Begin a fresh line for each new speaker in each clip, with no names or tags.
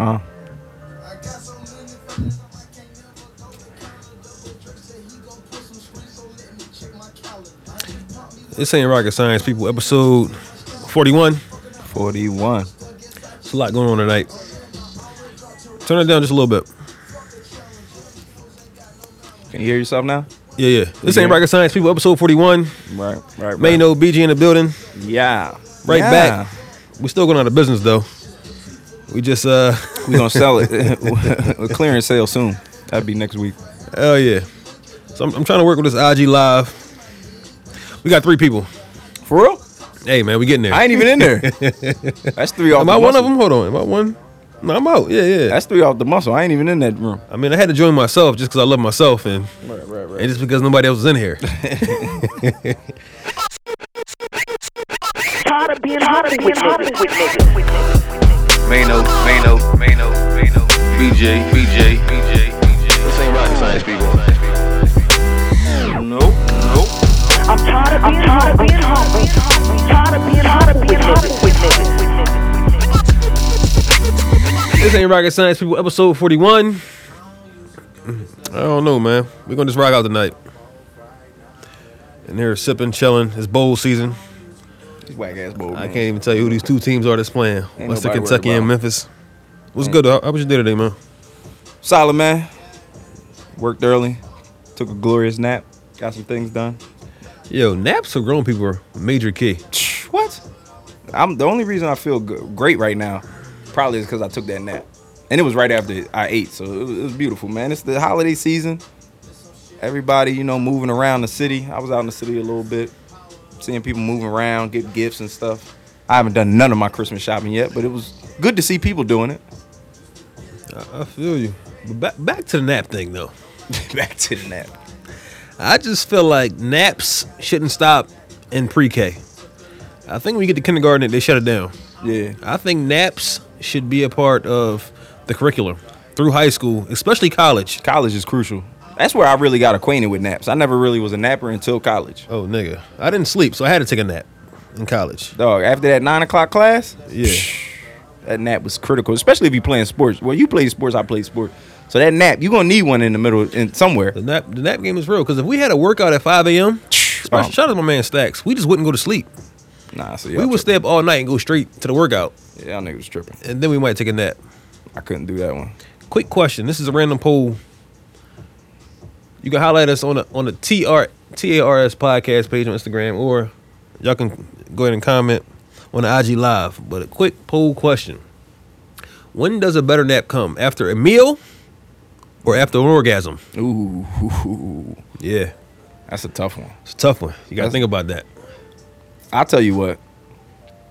Uh,
This ain't rocket science, people. Episode 41.
41.
It's a lot going on tonight. Turn it down just a little bit.
Can you hear yourself now?
Yeah, yeah. This
Yeah.
ain't rocket science, people. Episode 41.
Right, right, right.
Maino BG in the building.
Yeah.
Right
Yeah.
back. We still going out of business though. We just uh
We're going to sell it. a clearance sale soon. That'd be next week.
hell yeah. So I'm, I'm trying to work with this IG live. We got three people.
For real?
Hey man, we getting there.
I ain't even in there. That's three off
Am
the
I one
muscle.
of them? Hold on. Am I one? No, I'm out. Yeah, yeah.
That's three off the muscle. I ain't even in that room.
I mean, I had to join myself just because I love myself and
Right, right,
and just because nobody else was in here.
tired of being hot with niggas. With niggas. With niggas.
Mano, Mano, Mano, Mano, BJ, BJ, BJ, BJ. This ain't rocket science, people.
No. Nope.
I'm tired of being hot with niggas. Tired of being hot with niggas. With niggas.
this ain't rocket science, people. Episode forty-one. I don't know, man. We're gonna just rock out tonight. And here, sipping, chilling. It's bowl season.
These whack ass bowl.
I can't even tell you who these two teams are that's playing. Western
nobody worried
Kentucky
about
and
'em.
Memphis. What's good? How how was your day today, man?
Solid man. Worked early. Took a glorious nap. Got some things done.
Yo, naps for grown people are major key.
What? I'm the only reason I feel g- great right now, probably is because I took that nap, and it was right after I ate, so it was, it was beautiful, man. It's the holiday season. Everybody, you know, moving around the city. I was out in the city a little bit, seeing people moving around, get gifts and stuff. I haven't done none of my Christmas shopping yet, but it was good to see people doing it.
I feel you. But back, back to the nap thing, though.
Back to the nap.
I just feel like naps shouldn't stop in pre-K. I think when you get to kindergarten, they shut it down.
Yeah,
I think naps should be a part of the curriculum through high school, especially college.
college is crucial. That's where I really got acquainted with naps. I never really was a napper until college.
Oh, nigga, I didn't sleep, so I had to take a nap in college.
Dog, after that nine o'clock class,
Yeah.
that nap was critical, especially if you playing sports. Well, you played sports, I played sports. So that nap, you're gonna need one in the middle in somewhere.
The nap, the nap game is real because if we had a workout at 5 a.m.,
Um,
shout out to my man Stacks, we just wouldn't go to sleep.
Nah, so
We
y'all,
would stay up all night and go straight to the workout,
tripping. y'all niggas tripping.
and then we might take a nap.
I couldn't do that one.
Quick question: This is a random poll. You can highlight us on the on the TR, TARS podcast page on Instagram, or y'all can go ahead and comment on the IG live. But a quick poll question: When does a better nap come? After a meal, or after an orgasm?
Ooh,
Yeah,
that's a tough one.
it's a tough one. You gotta
That's-
think about that.
I'll tell you what.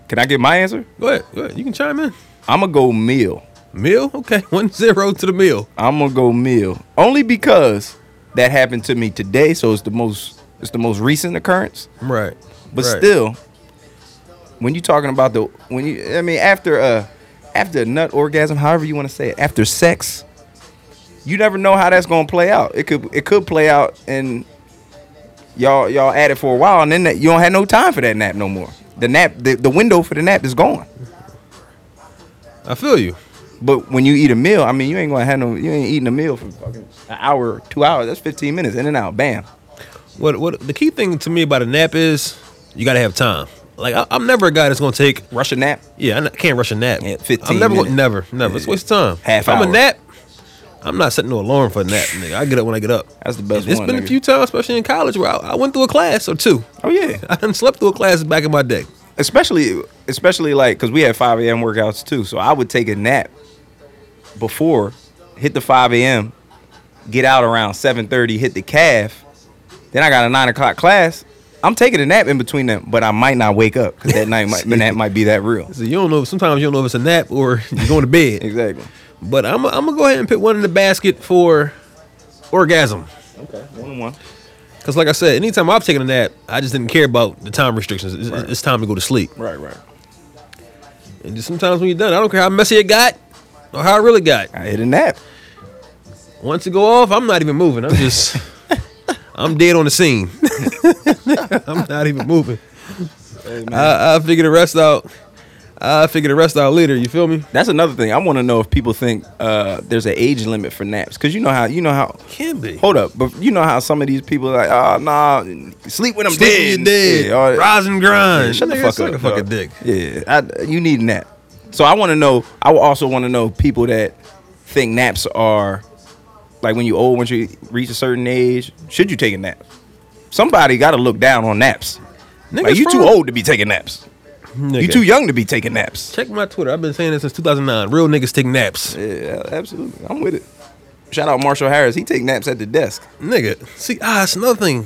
Can I get my answer?
Go ahead, go ahead. You can chime in.
I'm gonna go meal.
Meal, okay. One zero to the meal.
I'm gonna go meal only because that happened to me today. So it's the most it's the most recent occurrence.
Right,
But
Right.
still, when you talking about the when you I mean after uh after a nut orgasm, however you want to say it, after sex, you never know how that's gonna play out. It could it could play out and y'all y'all at it for a while and then that, you don't have no time for that nap no more. The nap the, the window for the nap is gone.
I feel you.
But when you eat a meal, I mean you ain't gonna have no you ain't eating a meal for fucking an hour, two hours, that's fifteen minutes, in and out, bam.
What what the key thing to me about a nap is you gotta have time. Like I, I'm never a guy that's gonna take.
Rush a nap.
Yeah, I n- can't rush a nap.
Yeah, 15
I'm never gonna,
minutes.
never never. It's a waste of time.
Half
if I'm a
hour.
nap. I'm not setting no alarm for a nap, nigga. I get up when I get up.
That's the best
And It's
one,
been a
nigga.
few times, especially in college, where I, I went through a class or two.
Oh yeah.
I done slept through a class back in my day.
especially especially like because we had 5 a.m workouts too so i would take a nap before hit the 5 a.m get out around 7.30 hit the calf then i got a 9 o'clock class i'm taking a nap in between them but i might not wake up because that night might, that might be that real
So you don't know. Sometimes you don't know if it's a nap or you're going to bed.
exactly
But I'm I'm gonna go ahead and put one in the basket for orgasm.
okay one and one
Cause like I said, anytime I've taken a nap, I just didn't care about the time restrictions. It's, it's- it's time to go to sleep.
right right
And just sometimes when you're done, I don't care how messy it got or how it really got.
i hit a nap
Once it go off, I'm not even moving. I'm just, I'm dead on the scene. I'm not even moving. I, I figure the rest out. I figure the rest out later. You feel me?
That's another thing. I want to know if people think uh, there's an age limit for naps because you know how you know how.
Can be.
Hold up, but you know how some of these people are like, oh, nah, sleep when I'm
Sleep
dead.
when you're
Yeah, all that.
dead. Rise and grind.
Shut the
Nigga,
fuck
suck
up.
a fucking
dog.
dick.
Yeah, I, you need a nap. So I want to know. I would also want to know people that think naps are like when you old, once you reach a certain age, should you take a nap? Somebody got to look down on naps.
Niggas
like you
from-
too old to be taking naps. You
Nigga.
too young to be taking naps.
Check my Twitter. I've been saying this since 2009. Real niggas take naps.
Yeah, absolutely. I'm with it. Shout out Marshall Harris. He take naps at the desk.
Nigga, see, ah, it's another thing.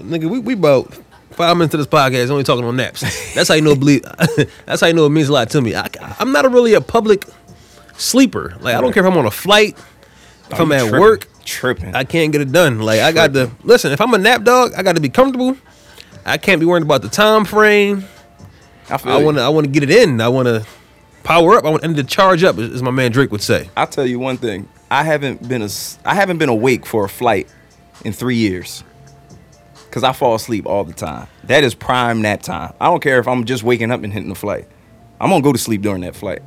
Nigga, we, we about five minutes to this podcast, only talking on naps. That's how you know believe. that's how you know it means a lot to me. I, am not a, really a public sleeper. Like I don't care if I'm on a flight, if I'm
Oh, you
at
tripping.
work,
tripping.
I can't get it done. Like I got to listen. If I'm a nap dog, I got to be comfortable. I can't be worried about the time frame.
feel
I
you.
want to. I want to get it in. I want to power up. I want to charge up, as as my man Drake would say.
I'll tell you one thing. I haven't been as I haven't been awake for a flight in three years. Cause I fall asleep all the time. That is prime nap time. I don't care if I'm just waking up and hitting the flight. I'm gonna go to sleep during that flight.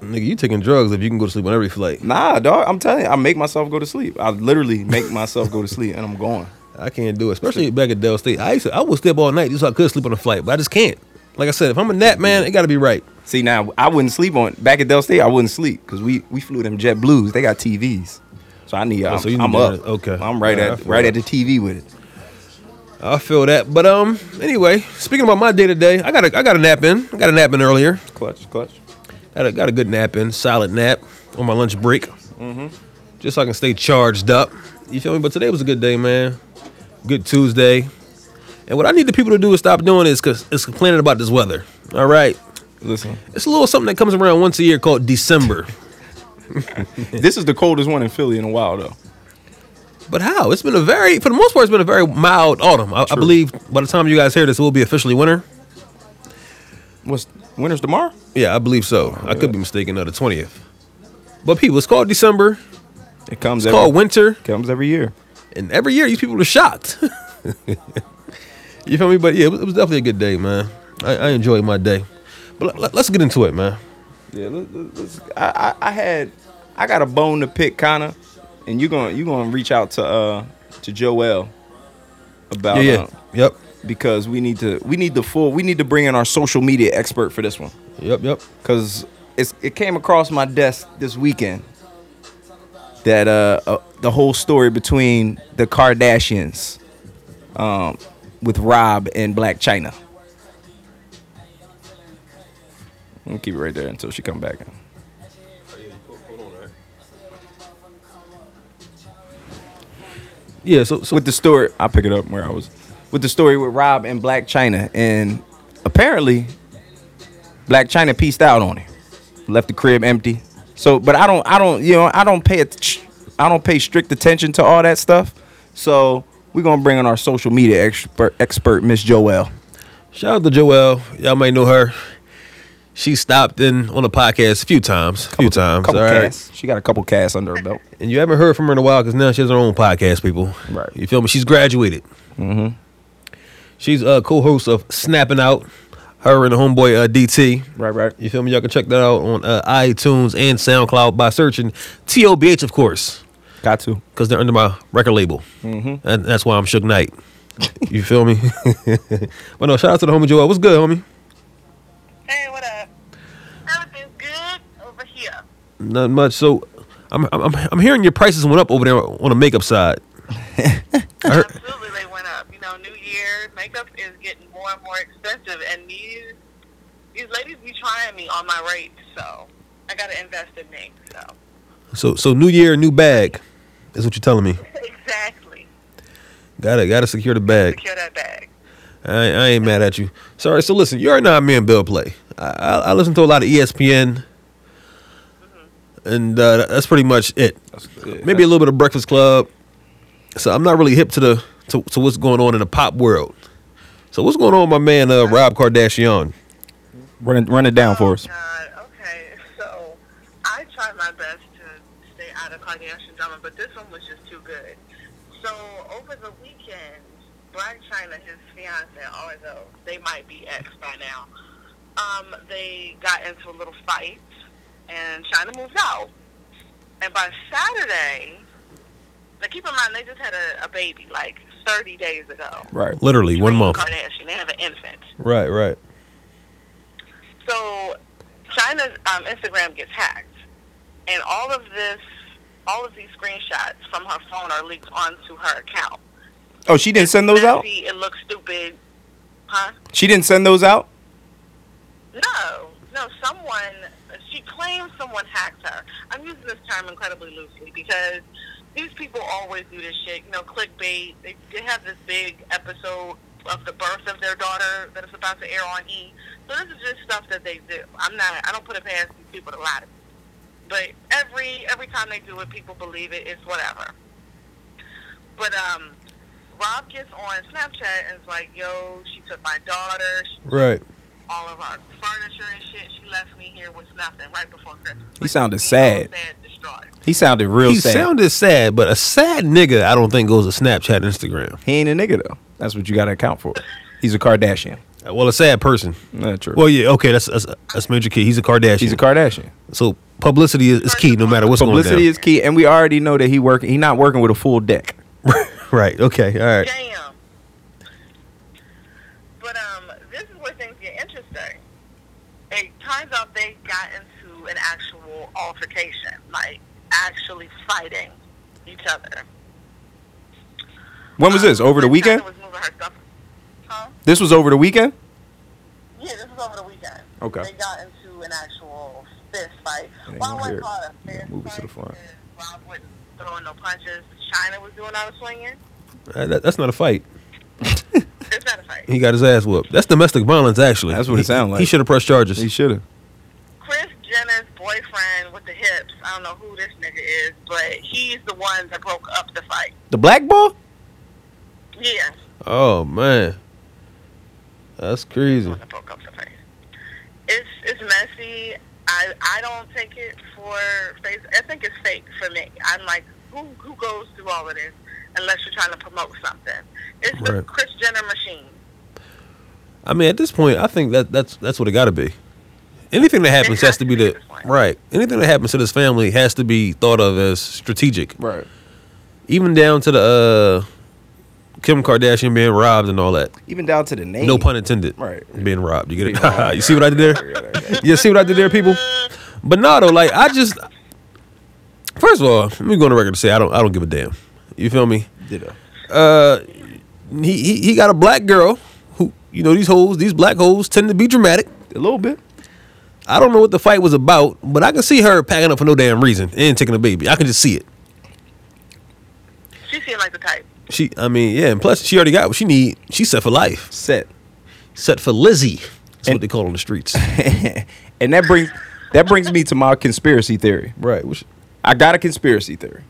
Nigga, you taking drugs if you can go to sleep on every flight.
Nah, dog. I'm telling you, I make myself go to sleep. I literally make myself go to sleep, and I'm going.
I can't do it, especially back at Dell State. I used to, I would stay up all night just so I could sleep on a flight, but I just can't. Like I said, if I'm a nap man, it got to be right.
See, now I wouldn't sleep on back at Del State. I wouldn't sleep because we we flew them Jet Blues. They got TVs, so I need.
Oh,
I'm,
so you
I'm
need
up.
that. Okay.
I'm right
Yeah, I
at
feel
right
that.
at the TV with it.
I feel that, but um, anyway, speaking about my day to day, I got a, I got a nap in. I got a nap in earlier.
Clutch, clutch.
Got a, got a good nap in, solid nap on my lunch break, just so I can stay charged up. You feel me? But today was a good day, man. Good Tuesday. And what I need the people to do is stop doing is, cause, is complaining about this weather. All right,
Listen,
it's a little something that comes around once a year called December.
this is the coldest one in Philly in a while, though.
But how? It's been a very, for the most part, it's been a very mild autumn. I, I believe by the time you guys hear this, it will be officially winter.
What's winter's tomorrow?
Yeah, I believe so. I could be mistaken, though, the 20th. But people, it's called December, it's
It comes
called winter,
comes every year.
and every year these people are shocked. you feel me? But yeah, it was, it was definitely a good day, man. I, I enjoyed my day. But let, us get into it, man.
Yeah, let, let- let's, I, I I had I got a bone to pick, kinda, and you gonna you gonna reach out to uh to Joel about
Yeah, yeah.
uh,
Yep.
because we need to we need the full we need to bring in our social media expert for this one
Yep, yep.
because it's it came across my desk this weekend that uh, uh the whole story between the Kardashians um with Rob and Black China. I'm gonna keep it right there until she come back.
Yeah, so, so
with the story i pick it up where I was with the story with Rob and Black China and apparently Black China pieced out on him left the crib empty so but I don't I don't you know I don't pay att- I don't pay strict attention to all that stuff so we're gonna bring in our social media expert expert Miss Joelle
shout out to Joelle. Y'all may know her. She stopped in on the podcast a few times. A few times.
couple
all right.
casts she got a couple casts under her belt
And you haven't heard from her in a while because now she has her own podcast, people.
Right.
You feel me? She's graduated. Mm-hmm. She's a co-host of Snapping Out. Her and the homeboy uh, DT.
right right
You feel me? Y'all can check that out on uh, iTunes and SoundCloud by searching TOBH, of course,
got to
because they're under my record label. Mm-hmm. And that's why I'm Shook Knight. you feel me? but no, shout out to the homie Joel. What's good, homie?
Hey, what up? Everything's good over here.
Not much. So, I'm I'm I'm hearing your prices went up over there on the makeup side. I heard,
Absolutely, they went up. You know, New Year makeup is getting more and more expensive, and these these ladies be trying me on my rates, so I gotta invest in me. So
So so new year, new bag, is what you're telling me.
exactly,
Gotta gotta secure the bag.
secure that bag.
I, I ain't mad at you. Sorry. So listen, you already know how me and Bill play. I I, I listen to a lot of E ESPN, and uh, that's pretty much it. Maybe a little bit of Breakfast Club. So I'm not really hip to the to, to what's going on in the pop world. So what's going on, with my man uh, Rob Kardashian?
run it run it down for us
Oh, God. Okay, so I try my best to stay out of Kardashian drama, but this one was just too good. So over the weekend, Black China, his fiance, although they might be ex by now, um, they got into a little fight, and China moved out. And by Saturday, now keep in mind they just had a, a baby like 30 days ago.
Right.
Literally one
Khloe
month.
Kardashian, they have an infant.
Right, right.
So China's um, Instagram gets hacked, and all of this, all of these screenshots from her phone are leaked onto her account.
Oh, she didn't send those out.
Messy, It looks stupid, huh?
She didn't send those out.
No, no. Someone she claims someone hacked her. I'm using this term incredibly loosely because these people always do this shit. You know, clickbait. They, they have this big episode of the birth of their daughter that is about to air on E. So this is just stuff that they do. I'm not. I don't put it past these people to lie to me. But every every time they do it, people believe it. It's whatever. But um, Rob gets on Snapchat and is like, "Yo, she took my daughter. She
Right.
all of our furniture and shit. She left me here with nothing right before Christmas.
He sounded
She was
sad.
sad distraught.
He sounded real
He
sad.
sounded sad, but a sad nigga I don't think goes to Snapchat, Instagram.
he ain't a nigga though. That's what you gotta account for. He's a Kardashian.
Uh, Well, a sad person.
Not true.
Well, yeah, okay, that's that's, that's major key. He's a Kardashian.
He's a Kardashian.
so publicity is, is key, no matter what's
Publicity
going
is key, and we already know that he working. He not working with a full deck.
down. Is- right. Okay. All right.
Damn. But um, this is where things get interesting. It turns out they got into an actual altercation, like actually fighting each other. Um,
When was this? Over the
China
weekend?
was moving her stuff- Huh?
This was over the weekend.
Yeah, this was over the weekend.
Okay.
They got into an actual fist fight.
Yeah,
Well, I
you
wouldn't
hear-
call it a
yeah,
fist
move it to
fight
the front.
because Rob wasn't throwing no punches. China was doing all the swinging.
Uh, that- that's not a fight.
It's not a fight.
He got his ass whooped. That's domestic violence, actually.
That's what it
He-
sound like.
He should have pressed charges.
He should have.
Chris Jenner's boyfriend with the hips. I don't know who this nigga is, but he's the one that broke up the fight.
The black ball.
Yeah,
oh man, that's
the
crazy.
one that broke up the fight. It's it's messy. I I don't take it for face. I think it's fake for me. I'm like, who who goes through all of this unless you're trying to promote something? It's the
Right.
Chris Jenner machine.
I mean, at this point, I think that that's that's what it got to be. Anything that happens has to be the right. Anything that happens to this family has to be thought of as strategic.
Right.
Even down to the uh, Kim Kardashian being robbed and all that.
Even down to the name.
No pun intended.
Right.
Being robbed. You get
Being robbed.
it? you see what I did there? you see what I did there, people? But no, though, like I just. First of all, let me go on the record to say I don't. I don't give a damn. You feel me?
Ditto.
He he, he got a black girl who you know these hoes. These black hoes tend to be dramatic.
A little bit.
I don't know what the fight was about, but I can see her packing up for no damn reason and taking a baby. I can just see it.
She seemed like the type.
She, I mean, yeah, and plus she already got what she need. She's set for life.
Set.
Set for Lizzie. That's
And-
what they call on the streets.
and that brings that brings me to my conspiracy theory.
right. Which,
I got a conspiracy theory.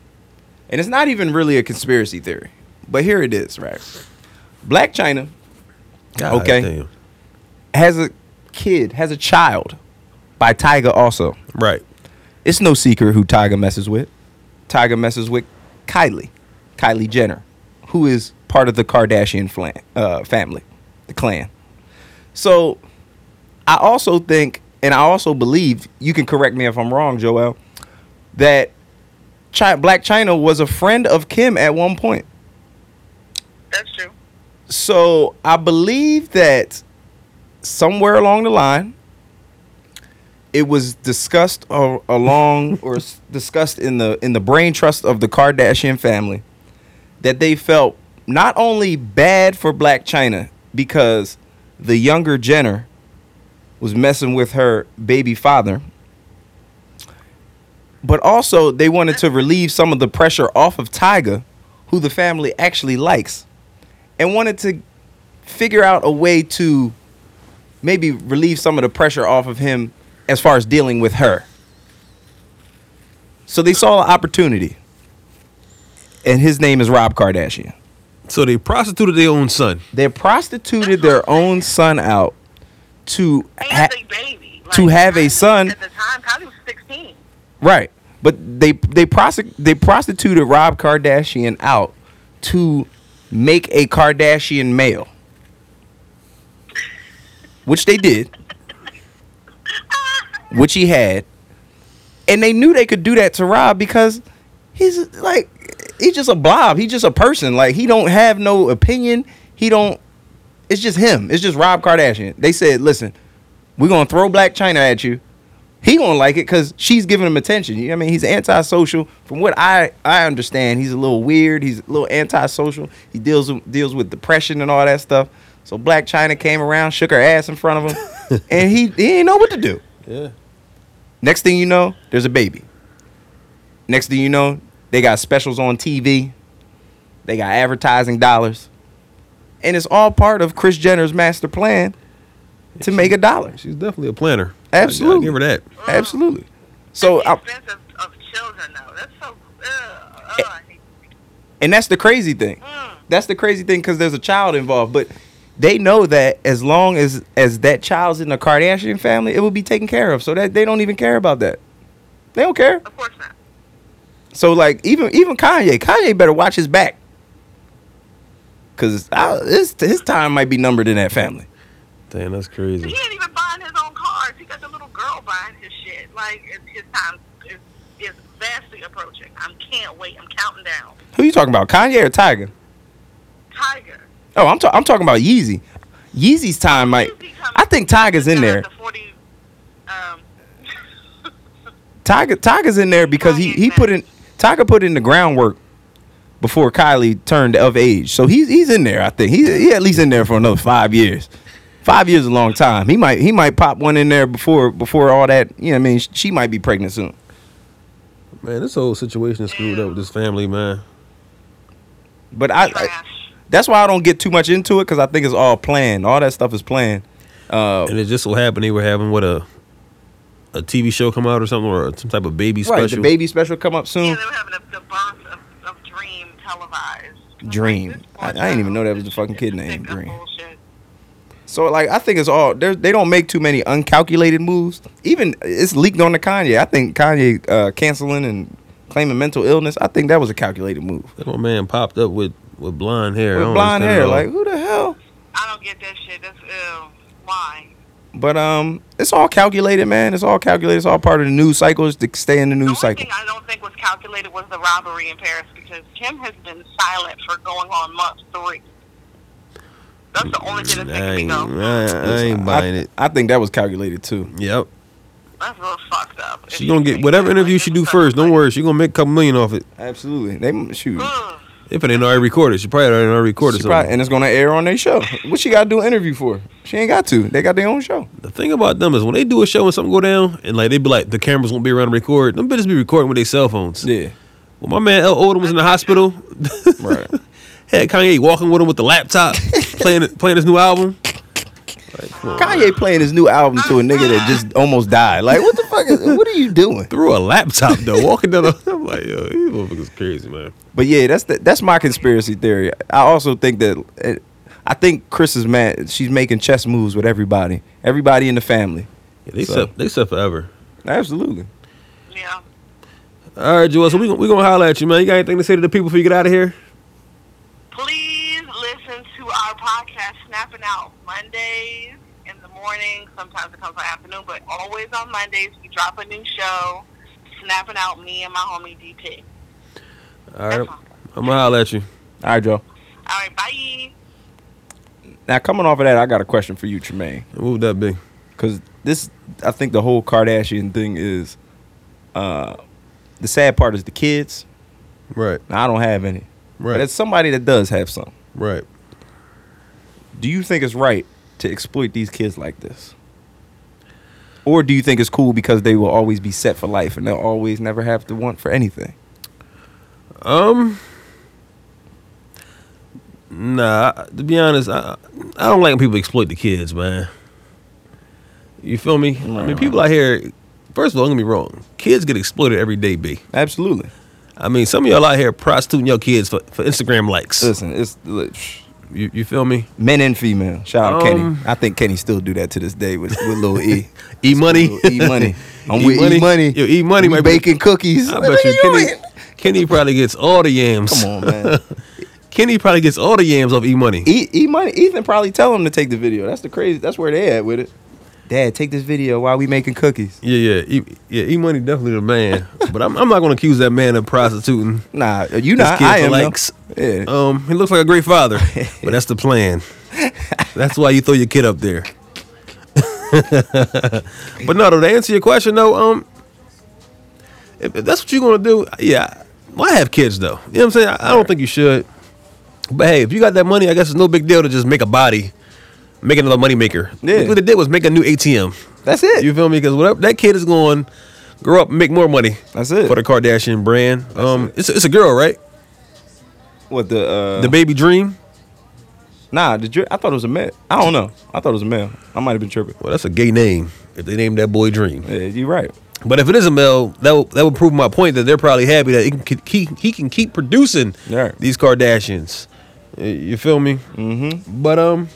And it's not even really a conspiracy theory. But here it is, right? Black China
God
Okay.
damn.
has a kid, has a child by Tiger also.
Right.
It's no secret who Tiger messes with. Tiger messes with Kylie, Kylie Jenner, who is part of the Kardashian flan, uh, family, the clan. So I also think, and I also believe, you can correct me if I'm wrong, Joel, that Chi- Black China was a friend of Kim at one point.
That's true.
So I believe that somewhere along the line, it was discussed or, along or s- discussed in the in the brain trust of the Kardashian family that they felt not only bad for Black China because the younger Jenner was messing with her baby father, but also they wanted to relieve some of the pressure off of Tyga, who the family actually likes and wanted to figure out a way to maybe relieve some of the pressure off of him as far as dealing with her. So they saw an opportunity. And his name is Rob Kardashian.
So they prostituted their own son.
They prostituted their own son out to
And
ha-
a baby. Like,
to have a
Kylie-
son-
At the time, Kylie was 16.
Right. But they they prosec- they prostituted Rob Kardashian out to make a Kardashian male. Which they did. which he had, and they knew they could do that to Rob because he's like he's just a blob. He's just a person. Like he don't have no opinion. He don't. It's just him. It's just Rob Kardashian. They said, listen, we're gonna throw Black China at you. He gonna like it because she's giving him attention. You know what I mean? He's antisocial. From what I I understand, he's a little weird. He's a little antisocial. He deals with, deals with depression and all that stuff. So Black China came around, shook her ass in front of him, and he he didn't know what to do.
Yeah.
Next thing you know, there's a baby. Next thing you know, they got specials on TV. They got advertising dollars. And it's all part of Chris Jenner's master plan to make a dollar.
She's definitely a planner.
Absolutely.
I, I give her that.
Absolutely. So,
At
I,
the expense of, of children, though. That's so. Ugh, ugh, hmm, I hate
and that's the crazy thing. That's the crazy thing because there's a child involved. But they know that as long as as that child's in the Kardashian family, it will be taken care of. So that they don't even care about that. They don't care.
Of course not.
So like even even Kanye, Kanye better watch his back. Cause I, his his time might be numbered in that family.
Damn, that's
He
crazy.
ain't even buying his own cars. He got the little girl buying his shit. Like it's, his time is, is vastly approaching. I can't wait. I'm counting down.
Who you talking about, Kanye or Tiger?
Tiger.
Oh, I'm ta- I'm talking about Yeezy. Yeezy's time might.
Yeezy coming.
I think Tiger's in there.
The 40, um,
Tiger Tiger's in there because he he put in Tiger put in the groundwork before Kylie turned of age. So he's he's in there. I think he's he at least in there for another five years. Five years is a long time. He might he might pop one in there before before all that. You know, what I mean, she might be pregnant soon.
Man, this whole situation is screwed up with this family, man.
But I, I
trash.
that's why I don't get too much into it because I think it's all planned. All that stuff is planned. Uh,
And it just so happened they were having what a a TV show come out or something or some type of baby
right, the
special.
baby special come up soon.
Yeah, they were having a, the birth of, of Dream televised. I'm like,
Dream.
this
I- I
boy
didn't even
child
know that was
is
the fucking
just
kid
a
named
sick of
Dream.
bullshit.
So like I think it's all there. They don't make too many uncalculated moves. Even it's leaked on to Kanye. I think Kanye uh, canceling and claiming mental illness. I think that was a calculated move.
That little man popped up with with blonde hair. I
With
don't
blonde
understand
hair,
at all.
like who the hell?
I don't get that shit. That's ill. Why?
But um, it's all calculated, man. It's all calculated. It's all part of the news cycle. It's to stay in the
The
news
only
cycle.
thing I don't think was calculated was the robbery in Paris because Kim has been silent for going on month three. That's the only thing
I
that
ain't,
makes me go.
I, I ain't buying it.
I think that was calculated too.
Yep.
That's real fucked up.
She gonna get whatever interview she do first. Don't worry, she gonna make a couple million off it.
Absolutely. They shoot.
Ugh.
If it ain't already recorded, she probably already recorded
She
something.
probably- and it's gonna air on their show. What she got to do an interview for? She ain't got to. They got their own show.
The thing about them is when they do a show and something go down, and like they be like the cameras won't be around to record. Them bitches be recording with their cell phones.
Yeah,
When my man El Odom was in the hospital,
right.
had Kanye walking with him with the laptop, playing playing his new album.
Kanye playing his new album to a nigga that just almost died. Like, what the fuck? Is, what are you doing?
Through a laptop though, walking down the. I'm like, yo, these motherfuckers crazy, man.
But yeah, that's the, that's my conspiracy theory. I also think that it, I think Chris is mad. She's making chess moves with everybody, everybody in the family.
Yeah, they
So-
suck. They suck forever.
Absolutely.
Yeah.
All right, Joel. So we gon- we gonna holler at you, man. You got anything to say to the people before you get out of here?
Please listen to our podcast, Snapping Out, Mondays in the morning. Sometimes it comes in the afternoon, but always on Mondays we drop a new show, Snapping Out, me and my homie DP.
All right, I'm gonna holler at you.
All right, Joe.
All right, bye.
Now coming off of that, I got a question for you, Tremaine.
What would that be?
because this I think the whole Kardashian thing is uh the sad part is the kids.
Right,
Now, I don't have any,
Right.
but it's somebody that does have some.
right.
Do you think it's right to exploit these kids like this? Or do you think it's cool because they will always be set for life and they'll always never have to want for anything?
Um. Nah, I- to be honest, I I don't like when people exploit the kids, man. You feel me? I mean,
right.
people out here. First of all, don't get me wrong. Kids get exploited every day, b.
Absolutely.
I mean, some of y'all out here prostituting your kids for, for Instagram likes.
Listen, it's look,
You, you feel me?
men and female. Shout out
Um,
Kenny. I think Kenny still do that to this day with, with Lil E.
E money,
Lil E money. I'm
E
with
Money.
E money.
Yo, E Money
We
might be-
baking cookies.
I bet you
Nigga,
Kenny,
ain't-
Kenny probably gets all the yams.
Come on, man.
Kenny probably gets all the yams off E Money.
E, e money. Ethan probably tell him to take the video. That's the crazy. That's where they at with it. Dad, take this video while we making cookies.
Yeah, yeah, e, yeah. E Money definitely the man, but I'm, I'm not gonna accuse that man of prostituting.
Nah, you
This
not.
kid
I am. though.
likes.
Yeah.
Um, he looks like a great father, but that's the plan. That's why you throw your kid up there. but no, though, to answer your question though, um, if, if that's what you're gonna do, yeah. Well, I have kids though. You know what I'm saying? I, I don't think you should. But hey, if you got that money, I guess it's no big deal to just make a body, make another money maker.
Yeah.
What they did was make a new ATM.
That's it.
You feel me? Because whatever that kid is going, grow up, and make more money.
That's it.
for the Kardashian brand. um, it's it's a girl, right?
what the uh
The baby dream.
Nah, the dri- I thought it was a male. I don't know. I thought it was a male. I might have been tripping.
Well, that's a gay name if they named that boy Dream.
Yeah, you're right.
But if it is a male, that will, that would prove my point that they're probably happy that he can he, he can keep producing
Yeah.
these Kardashians. Y- You feel me? Mm-hmm. But um,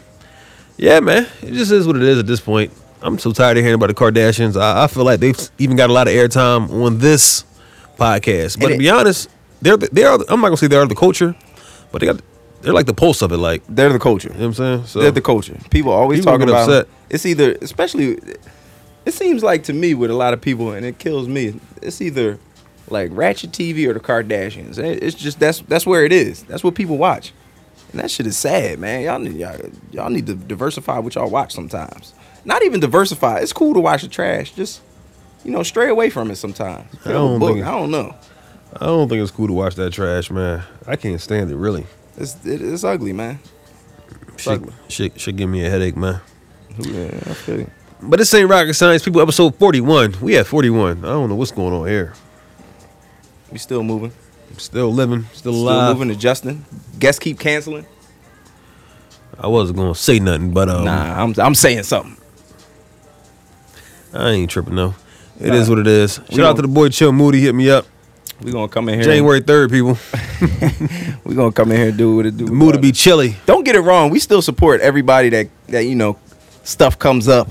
yeah, man, it just is what it is at this point. I'm so tired of hearing about the Kardashians. I, I feel like they've even got a lot of airtime on this podcast.
And
But to
it-
be honest, they're the- they are. I'm not gonna say they are the culture, but they got they're like the pulse of it. Like you
They're the culture.
know what I'm saying? So
They're the culture. People always
People
talking
get
about.
upset.
It's either, especially, it seems like to me with a lot of people, and it kills me. It's either like Ratchet TV or the Kardashians. It- It's just that's that's where it is. That's what people watch, and that shit is sad, man. Y'all need y'all, y'all need to diversify what y'all watch sometimes. Not even diversify. It's cool to watch the trash. Just you know, stray away from it sometimes.
I don't
Book,
think-
I don't know.
I don't think it's cool to watch that trash, man. I can't stand it really.
It's it, it's ugly, man.
Shit, shit, shit, give me a headache, man.
Yeah, I feel you.
But this ain't rocket science, people. Episode forty-one. We at forty-one. I don't know what's going on here.
We still moving.
I'm still living, still
Still
alive.
moving, adjusting. Guests keep canceling.
I wasn't gonna say nothing, but um,
Nah, I'm I'm saying something.
I ain't tripping though. It is
Nah.
what it is. Shout out
don't-
to the boy Chill Moody. Hit me up
We gonna come in here.
January third, people.
We gonna come in here and do what it do.
The mood to be chilly.
Don't get it wrong. We still support everybody that that you know stuff comes up.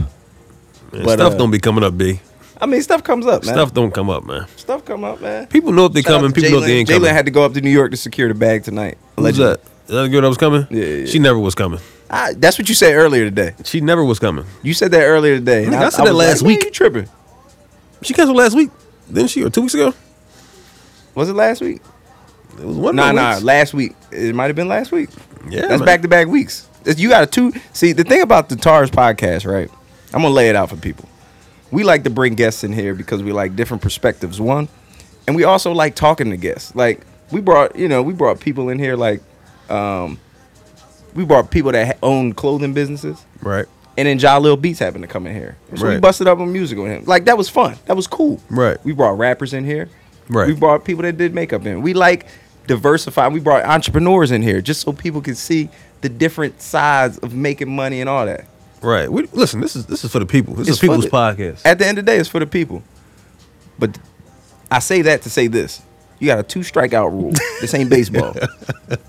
Man,
But,
stuff
uh,
don't be coming up, b.
I mean, stuff comes up, man.
Stuff don't come up, man.
stuff come up, man.
People know if they
Shout out
coming.
to
People know if they ain't
Jalen
coming.
Jalen had to go up to New York to secure the bag tonight.
Who's
allegedly.
that? Is that the girl that was coming?
Yeah, yeah, yeah.
She never was coming.
I- that's what you said earlier today.
She never was coming.
You said that earlier today. and
Nigga, I said that
was
last
like, man,
week.
You tripping?
She canceled last week, didn't she? Or two weeks ago?
Was it last week?
It was one. of
Nah,
the
nah.
weeks.
Last week. It might have been last week.
Yeah,
That's
man.
back to back weeks. It's- you got a two. See, the thing about the TARS podcast, right? I'm gonna lay it out for people. We like to bring guests in here because we like different perspectives. One, and we also like talking to guests. Like we brought, you know, we brought people in here. Like, um, we brought people that ha- own clothing businesses,
Right.
and then Jalil Beats happened to come in here. So we
Right.
busted up on music with him. Like that was fun. That was cool.
Right.
We brought rappers in here.
Right.
We brought people that did makeup in. We like diversify. We brought entrepreneurs in here just so people could see the different sides of making money and all that.
Right. We, listen, this is this is for the people. This
It's
is people's
for the-
podcast.
At the end of the day, it's for the people. But I say that to say this. You got a two strikeout rule. this ain't baseball.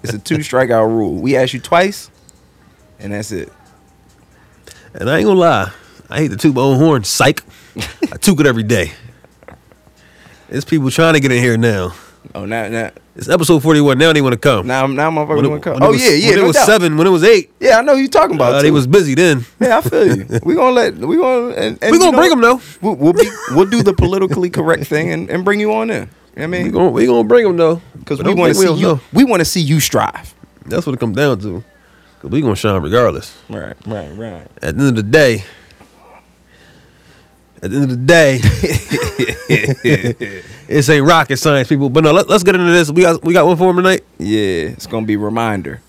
It's a two strikeout rule. We ask you twice, and that's it.
And I ain't gonna lie, I hate to toot my own horn, psych. I took it every day. There's people trying to get in here now.
Oh, now, now,
It's episode 41. Now they want to come.
now, now, motherfucker,
When it-
wanna come.
when it
Oh
was-
yeah, yeah.
When
no
it was
doubt.
seven, when it was eight,
Yeah, I know who you talking about.
uh,
too.
they was busy then.
Yeah, I feel you. We gonna let we gonna and, and
We gonna
you know
bring 'em,
what?
though.
We'll we'll, be, we'll do the politically correct thing and, and bring you on in. You know what I
We
mean,
gonna we gonna bring them though,
because
But
we
don't
want to
think we'll
see you.
know.
We want to see you strive.
That's what it comes down to. Cause we gonna shine regardless.
Right, right, right.
At the end of the day. At the end of the day, it's ain't rocket science, people. But no, let, let's get into this. We got we got one for 'em tonight.
Yeah, it's gonna be a reminder.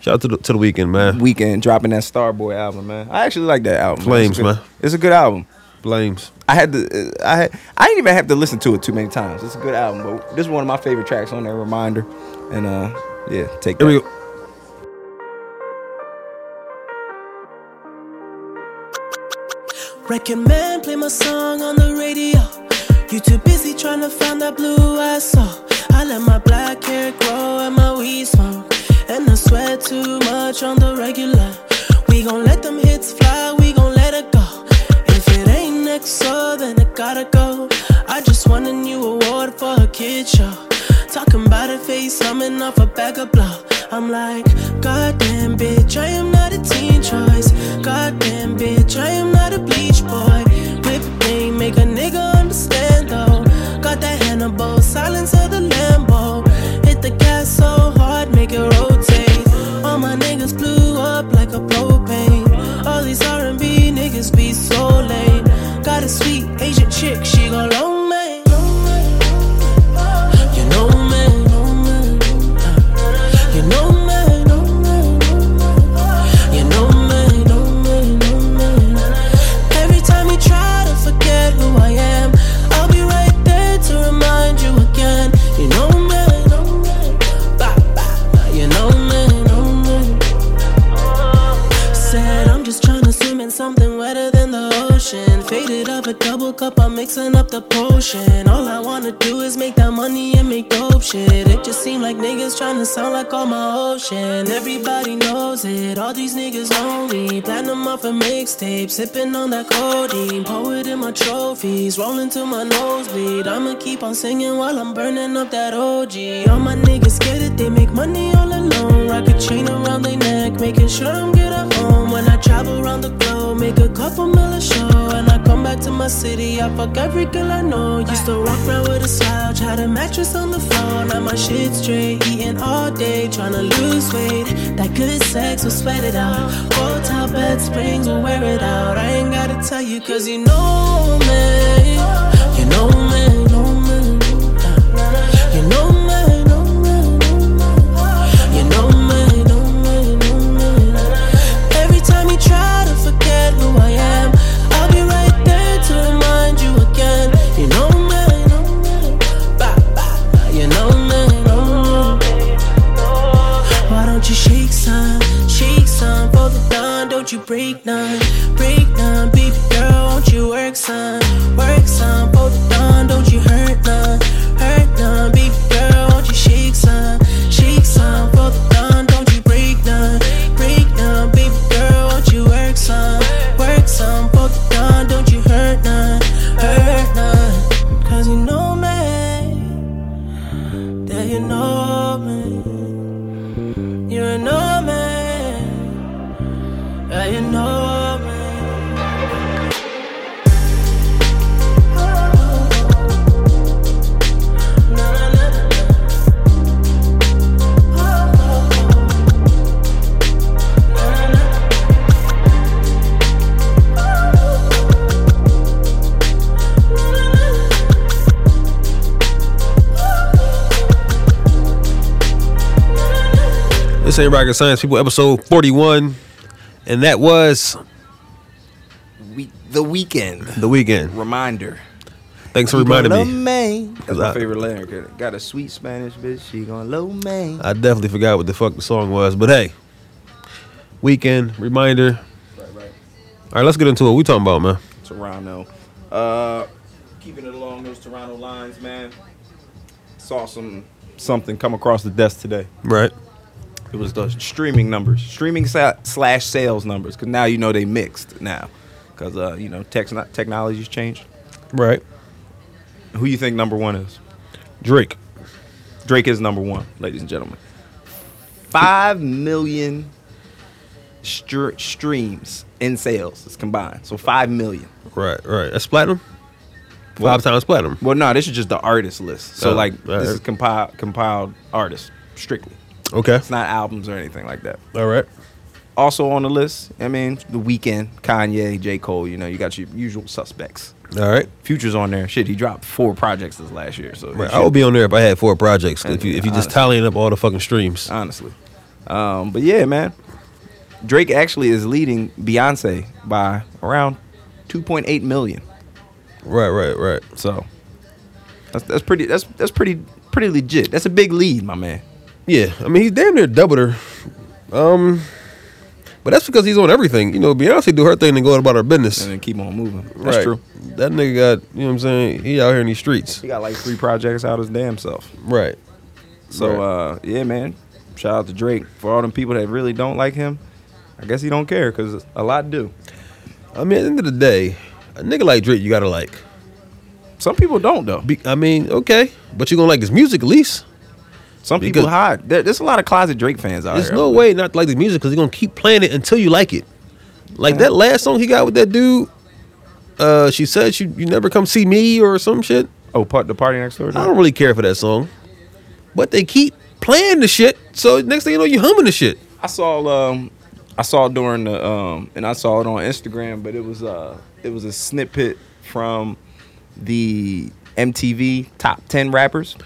Shout out to the, to the weekend, man.
Weekend dropping that Starboy album, man. I actually like that album.
Flames,
it's a good-
man.
It's a good album.
Flames.
I had to. uh, I had. I didn't even have to listen to it too many times. It's a good album, but this is one of my favorite tracks on that reminder. And uh, yeah, take.
Here
that.
we go.
Recommend play my song on the radio. You too busy trying to find that blue I saw. I let my black hair grow and my weed smoke. And I sweat too much on the regular. We gon' let them hits fly, we gon' let it go. If it ain't next, so then I gotta go. I just won a new award for a kid show. Talking about a face, coming off a bag of blow. I'm like, goddamn bitch, I am not a teen choice. Goddamn bitch, I am not a bleach boy. Whip thing, make a nigga understand though. Got that Hannibal, silence of the Lambo. Hit the gas so hard, make it rotate. All my niggas blew up like a propane. All these R&B niggas be so lame. Got a sweet Asian chick, she gon' loan me. You know me, you know me, you know me, know me, know me. Every time you try to forget who I am, I'll be right there to remind you again. You know me, Bah, bah. you know me, know me. Said I'm just tryna swim in something wetter than the ocean. Faded up a double cup, I'm mixing up the potion. All I wanna do is make that money and make dope shit. It just seem like niggas tryna sound like all my ocean. Everybody knows it, all these niggas lonely. Platinum off a mixtape, sipping on that codeine. Poet in my trophies, rolling to my nosebleed. I'ma keep on singing while I'm burning up that OG. All my niggas get it, they make money all alone. Rock a chain around their neck, making sure I'm good at home. When I travel around the globe, make a couple million show. And I come back to my city, I fuck every girl I know. Used to walk around with a slouch, had a mattress on the floor. Now my shit straight, eating all day, tryna lose weight. That good sex will sweat it out. Old top bed springs will wear it out. I ain't gotta tell you, cause you know me. You know me, know me. You know me, know me, know me. You know me, know me, know me. Every time you try to forget who I am, I'll be right there to remind you again. You know me, know me. Bah, bah. You know me, know me. Why don't you shake some, shake some for the dawn? Don't you break none, break none, baby girl? Won't you work some, work some for the dawn? Don't you hurt none, hurt none, baby girl? Won't you shake some, shake some for the dawn? Don't you break none, break none, baby girl? Won't you work some, work some for the dawn? Don't you hurt none, hurt none? Cause you know me, yeah, you know me. You know me, yeah, you know me. Na, na, na, na, na. Oh,
This ain't rocket science, people. Episode forty-one, and that was
We, the weekend.
the weekend.
Reminder.
Thanks for reminding me.
That's
I-
my favorite lyric. Got a sweet Spanish bitch. She gon' low me.
I definitely forgot what the fuck the song was, but hey, weekend reminder. All right, let's get into what we talking about, man.
Toronto. Uh, keeping it along those Toronto lines, man. Saw some something come across the desk today.
Right.
It was the streaming numbers, streaming sa- slash sales numbers, because now you know they mixed now, because uh, you know tech- technology's changed.
Right.
Who you think number one is?
Drake.
Drake is number one, ladies and gentlemen. Five million str- streams in sales is combined, so five million.
Right. Right. That's platinum.
Well-
Five times platinum.
Well, no, this is just the artist list. So
Oh,
like
alright.
this is compiled compiled artists strictly.
Okay.
It's not albums or anything like that.
All right.
Also on the list, I mean, The Weeknd, Kanye, J. Cole. You know, you got your usual suspects.
All right.
Future's on there. Shit, he dropped four projects this last year. So
Right. I would be on there if I had four projects. If you if you just
Honestly.
tallying up all the fucking streams.
honestly. Um, but yeah, man, Drake actually is leading Beyonce by around 2.8 million.
Right. Right. Right.
So that's that's pretty that's that's pretty pretty legit. That's a big lead, my man.
Yeah, I mean he's damn near doubled her. Um, but that's because he's on everything. You know, Beyonce do her thing and go about her business.
And then keep on moving. That's
Right.
true.
That nigga got you know what I'm saying. He out here in these streets.
He got like three projects out his damn self.
Right.
So uh, yeah, man. Shout out to Drake for all them people that really don't like him. I guess he don't care because a lot do.
I mean, at the end of the day, a nigga like Drake, you gotta like.
Some people don't though.
Be, I mean, okay, but you gonna like his music at least.
Some people
Because-
hide. There, there's a lot of closet Drake fans out
There's
here.
no way not to like the music because they're gonna keep playing it until you like it. Like that last song he got with that dude. Uh, she said you you never come see me or some shit.
Oh, part the party next door.
I don't really care for that song, but they keep playing the shit. So next thing you know, you humming the shit.
I saw um I saw it during the um and I saw it on Instagram, but it was uh it was a snippet from the MTV top ten rappers.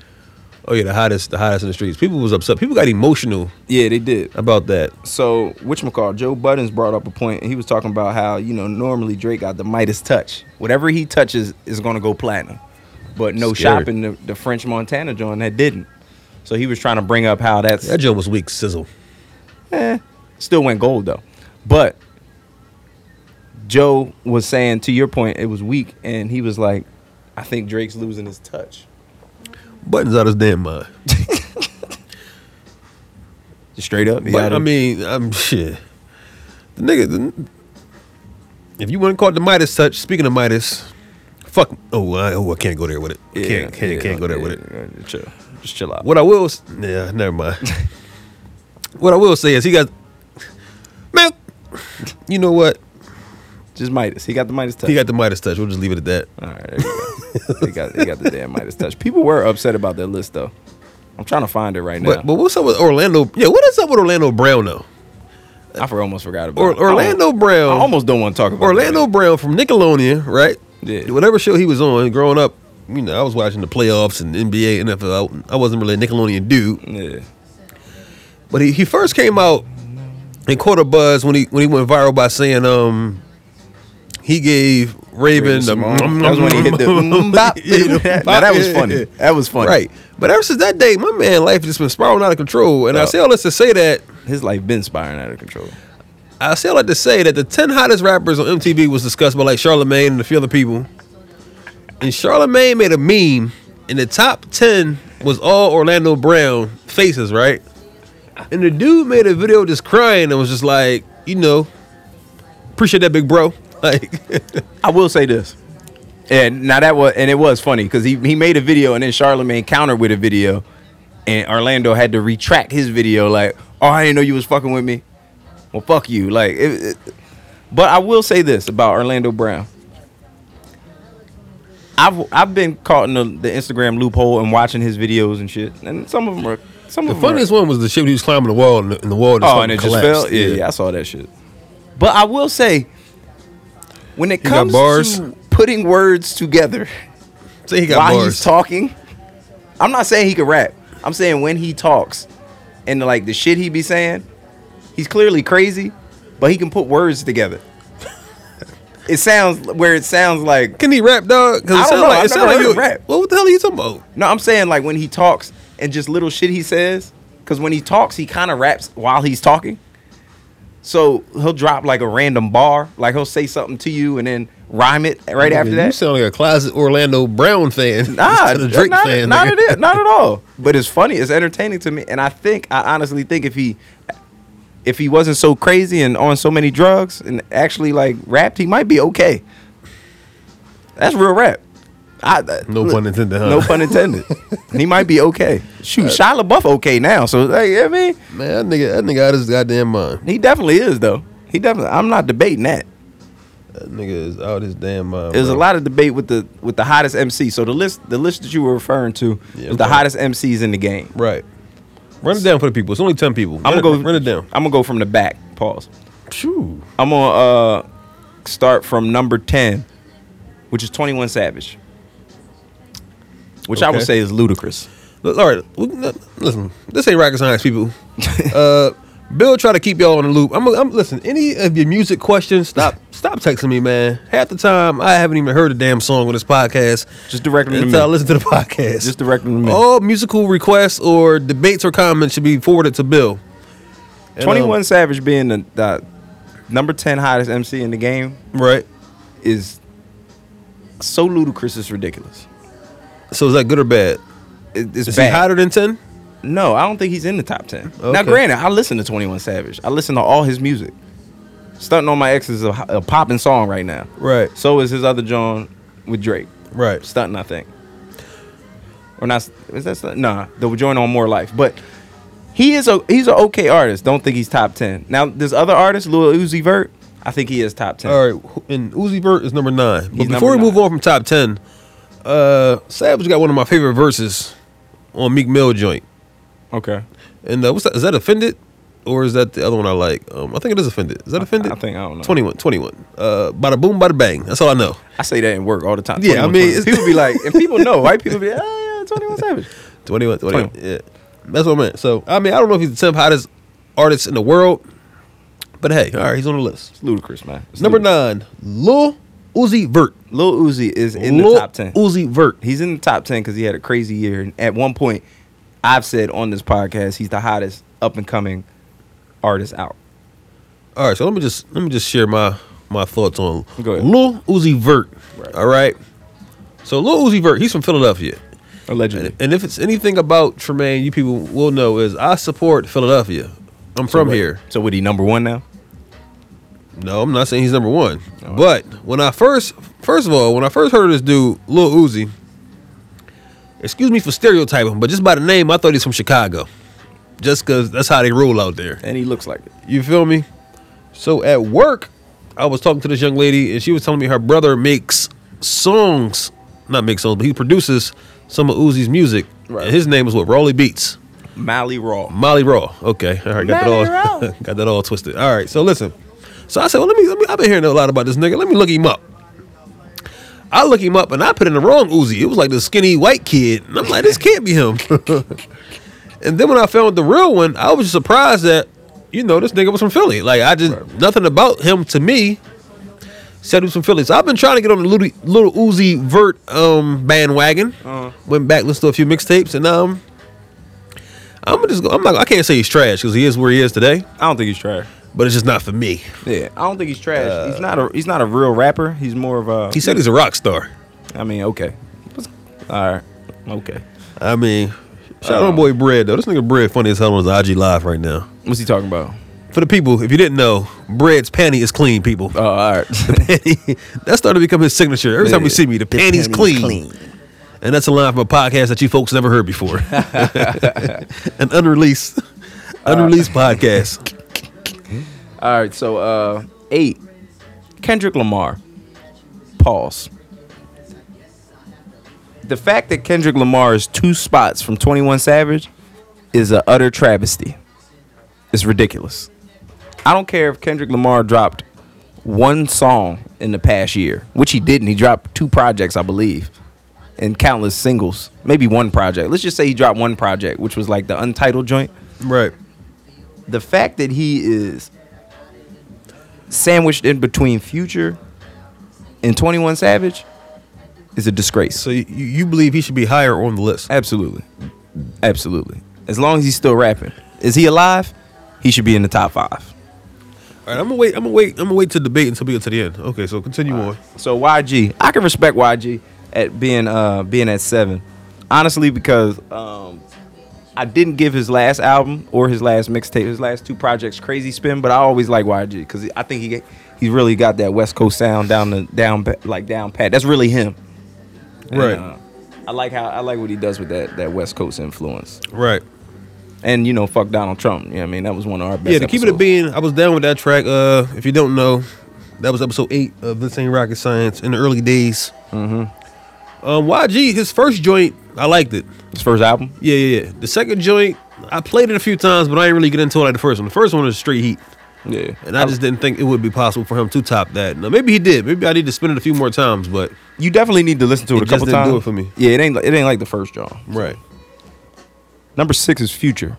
Oh yeah, the hottest, the hottest in the streets. People was upset. People got emotional
Yeah, they did.
about that.
So which McCall, Joe Buttons brought up a point and he was talking about how, you know, normally Drake got the Midas touch. Whatever he touches is gonna go platinum. But no
Scary.
shopping the, the French Montana joint that didn't. So he was trying to bring up how that's
That joint was weak sizzle.
Still went gold though. But Joe was saying to your point, it was weak, and he was like, I think Drake's losing his touch.
Buttons out his damn mind.
Straight up. he had
But I
him.
mean, I'm shit. The nigga, the, if you wouldn't call it the Midas touch. Speaking of Midas, fuck. Oh, I, oh, I can't go there with it.
Yeah,
can't, can't,
yeah,
can't go there
yeah,
with it.
yeah, yeah, chill. Just chill out.
What I will, s- yeah, never mind. what I will say is he got, man. You know what?
Just Midas. He got the Midas touch.
He got the Midas touch. We'll just leave it at that.
All right, there you go. he got he got the damn Midas touch. People were upset about that list though. I'm trying to find it right now.
But but what's up with Orlando? Yeah, what is up with Orlando Brown though?
I for almost forgot about
Or,
it.
Orlando
I
Brown.
almost don't want to talk about
Orlando
That.
Brown from Nickelodeon, right?
Yeah.
Whatever show he was on growing up, you know, I was watching the playoffs and NBA, NFL. I, I wasn't really a Nickelodeon dude,
Yeah.
but he, he first came out and caught a buzz when he when he went viral by saying um he gave Raven, the mm,
Simone. that was when he hit the mm, bop.
Yeah,
Now, that was
yeah,
funny.
yeah.
That was funny.
right. But ever since that day, my man life has just been spiraling out of control. And I
Yeah.
say all this to say that
His life been spiraling out of control.
I still like to say that the 10 hottest rappers on MTV was discussed by like Charlamagne and a few other people. And Charlamagne made a meme, and the top 10 was all Orlando Brown faces, right? And the dude made a video just crying and was just like, you know, appreciate that, big bro. Like,
I will say this. And now that was and it was funny because he, he made a video and then Charlemagne countered with a video and Orlando had to retract his video like, oh, I didn't know you was fucking with me. Well, fuck you. Like, it, it- but I will say this about Orlando Brown. I've I've been caught in the, the Instagram loophole and watching his videos and shit, and some of them are some
the
of them are-
funniest one was the shit when he was climbing the wall, and the, and the wall just
Oh, and it
collapsed.
just fell. Yeah, yeah, I saw that shit. But I will say, when it
got
comes
bars?
to putting words together
Say he got
while
bars.
he's talking, I'm not saying he can rap. I'm saying when he talks and like the shit he be saying, he's clearly crazy, but he can put words together. it sounds where it sounds like
Can he rap, dog? Because
I don't
it sound
know.
like
I've
it sound
never
like
heard
you-
him rap.
Well, what the hell are you talking about?
no, I'm saying like when he talks and just little shit he says, because when he talks, he kind of raps while he's talking. So he'll drop like a random bar, like he'll say something to you and then rhyme it right after
Nigga,
that.
you sound like a closet Orlando Brown fan.
Nah,
instead of Drake
not,
fan.
Not,
nigga.
at it, not at all. But it's funny. It's entertaining to me, and I think I honestly think if he, if he wasn't so crazy and on so many drugs and actually like rapped, he might be okay. That's real rap. I,
No pun intended, Uh, huh?
No pun intended. Uh, he might be okay. Shoot, Shia LaBeouf okay now. So like, I mean,
Man, that nigga, that nigga out his goddamn mind.
he definitely is though. He definitely. I'm not debating that.
That nigga is out his damn mind.
There's a
bro.
lot of debate with the with the hottest MC. So the list the list that you were referring to
Yeah,
was the
bro.
hottest MCs in the game.
Right. Run it down for the people. It's only ten people. Run
I'm
it-
gonna go
Run it down.
I'm gonna go from the back. Pause.
Phew.
I'm gonna uh, start from number ten, which is Twenty One Savage, which I would
Okay.
say is ludicrous.
Look, All right. we- l- Listen, this ain't rocket science, people. uh, Bill, try to keep y'all on the loop. I'm, I'm listen. Any of your music questions? Stop, stop texting me, man. Half the time, I haven't even heard a damn song on this podcast.
Just direct them to
until I
me.
listen to the podcast.
Just direct them to me.
All musical requests or debates or comments should be forwarded to Bill. And,
Twenty One
um,
Savage being the, the number ten hottest MC in the game
right?
is so ludicrous. It's ridiculous.
So is that good or bad?
It- it's
Is
bad.
he hotter than ten?
No, I don't think he's in the top ten. Now,
Okay.
granted, I listen to Twenty One Savage. I listen to all his music. Stunting on my ex is a, a popping song right now.
Right.
So is his other John with Drake.
Right.
Stunting, I think. or not? Is that something? nah? The joint on More Life, but he is a he's an okay artist. Don't think he's top ten. Now this other artist, Lil Uzi Vert, I think he is top ten.
All right, who- and Uzi Vert is number nine. But
He's
before
number
we move
nine.
on from top ten, uh, Savage got one of my favorite verses on Meek Mill joint.
Okay,
And uh, what's that? Is that offended, or is that the other one I like? Um, I think it is offended. Is that offended?
I think- I don't know.
Twenty one, twenty one. Uh, bada boom, bada bang. That's all I know.
I say that in work all the time.
Yeah, I
21,
mean,
21.
it's-
people be like, and people know, white people be, oh yeah, Twenty One Savage.
Twenty one, twenty one.
21.
Yeah, that's what I meant. So I mean, I don't know if he's the tenth hottest artist in the world, but hey, all right, he's on the list.
It's ludicrous, man. It's
Number
ludicrous.
nine, Lil Uzi Vert.
Lil Uzi is in
Lil
the top ten.
Uzi Vert.
He's in the top ten because he had a crazy year. And at one point, I've said on this podcast, he's the hottest up and coming artist out.
All right, so let me just let me just share my my thoughts on
Go ahead.
Lil Uzi Vert.
Right.
All right, so Lil Uzi Vert, he's from Philadelphia,
Allegedly,
and, and if it's anything about Tremaine, you people will know is I support Philadelphia. I'm from here.
So would he number one now?
No, I'm not saying he's number one, but when I first first of all when I first heard of this dude Lil Uzi, excuse me for stereotyping, but just by the name I thought he's from Chicago, just because that's how they roll out there.
And he looks like it.
You feel me? So at work, I was talking to this young lady, and she was telling me her brother makes songs, not makes songs, but he produces some of Uzi's music.
Right.
And his name is what Raleigh Beats,
Mally Raw.
Molly Raw. Okay, all right, got that all, got that all twisted. All right, so listen. So I said, well, let me, let me. I've been hearing a lot about this nigga. Let me look him up. I look him up, and I put in the wrong Uzi. It was like the skinny white kid, and I'm like, this can't be him. And then when I found the real one, I was surprised that, you know, this nigga was from Philly. Like I just nothing about him to me said he was from Philly. So I've been trying to get on the little, little Uzi Vert um bandwagon. Went back, listened to a few mixtapes, and um I'm gonna just go, I'm not I can't say he's trash because he is where he is today,
I don't think he's trash.
but it's just not for me.
Yeah, I don't think he's trash. he's not a he's not a real rapper. He's more of a.
He said he's a rock star.
I mean, okay. What's- All right. Okay.
I mean uh, Shout out my boy Bread though. This nigga Bread funny as hell on his IG live right now.
What's he talking about?
For the people, if you didn't know, Bread's panty is clean, people.
Oh, all right.
that started to become his signature. Every time we see me, the, panties, clean. And that's a line from a podcast that you folks never heard before. An unreleased, unreleased podcast.
all right. So, uh, eight. Kendrick Lamar. Pause. The fact that Kendrick Lamar is two spots from 21 Savage is a utter travesty. It's ridiculous. I don't care if Kendrick Lamar dropped one song in the past year, which he didn't. He dropped two projects, I believe, and countless singles. Maybe one project. Let's just say he dropped one project, which was like the Untitled joint.
Right.
the fact that he is sandwiched in between Future and 21 Savage is a disgrace.
So you, you believe he should be higher on the list?
Absolutely. Absolutely. As long as he's still rapping. Is he alive? He should be in the top five.
All right, I'm gonna wait. I'm gonna wait. I'm gonna wait to debate until we get to the end. Okay, so continue on.
So YG, I can respect YG at being uh being at seven, honestly because um I didn't give his last album or his last mixtape, his last two projects, crazy spin, but I always like YG because I think he he's really got that West Coast sound down the down pa- like down pat. That's really him. And,
Right.
uh, I like how I like what he does with that that West Coast influence,
Right.
and you know, fuck Donald Trump. You know what I mean? That was one of our best.
yeah. To keep it a
episodes.
being, I was down with that track. Uh, if you don't know, that was episode eight of This Ain't Rocket Science in the early days. Mm-hmm. Um, YG, his first joint, I liked it.
his first album.
Yeah, yeah, yeah. The second joint, I played it a few times, but I didn't really get into it like the first one. The first one was straight heat,
Yeah,
and I just didn't think it would be possible for him to top that. Now, maybe he did. Maybe I need to spin it a few more times, but
You definitely need to listen to it,
It
a
just
couple
didn't
times.
do it for me.
Yeah, it ain't it ain't like the first John.
right,
Number six is Future,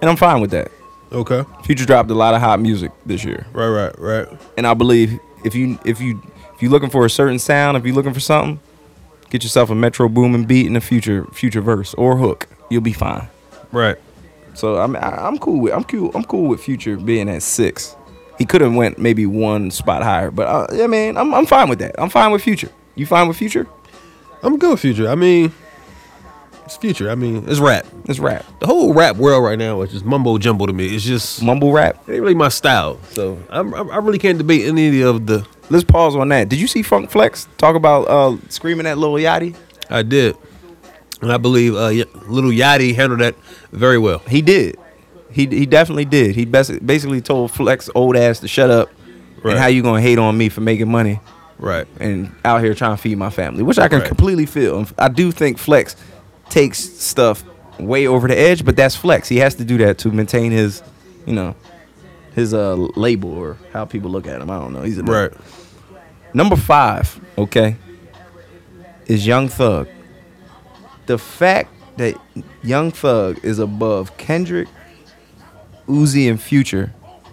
and I'm fine with that.
okay,
Future dropped a lot of hot music this year,
right, right, right.
and I believe if you if you if you're looking for a certain sound, if you're looking for something, get yourself a Metro Boomin beat and a Future Future verse or hook. You'll be fine.
Right.
So I'm I, I'm cool with I'm cool I'm cool with Future being at six. He could have went maybe one spot higher, but uh, yeah, man, I'm I'm fine with that. I'm fine with Future. You fine with Future?
I'm good with Future. I mean, it's Future. I mean, it's rap.
It's rap,
The whole rap world right now is just mumbo jumbo to me. It's just it
mumble rap.
ain't really my style. So I'm, I'm, I really can't debate any of the.
Let's pause on that. Did you see Funk Flex talk about uh, screaming at Lil Yachty?
I did. And I believe uh, Y- Little Yachty handled that very well.
He did. He he definitely did. He basi- basically told Flex old ass to shut up.
Right.
And how you gonna hate on me for making money
Right.
and out here trying to feed my family, which I can
Right.
completely feel. And I do think Flex takes stuff way over the edge, but that's Flex. He has to do that to maintain his, you know, his uh label or how people look at him. I don't know. He's a
Right.
Number five, okay, is Young Thug. The fact that Young Thug is above Kendrick, Uzi, and Future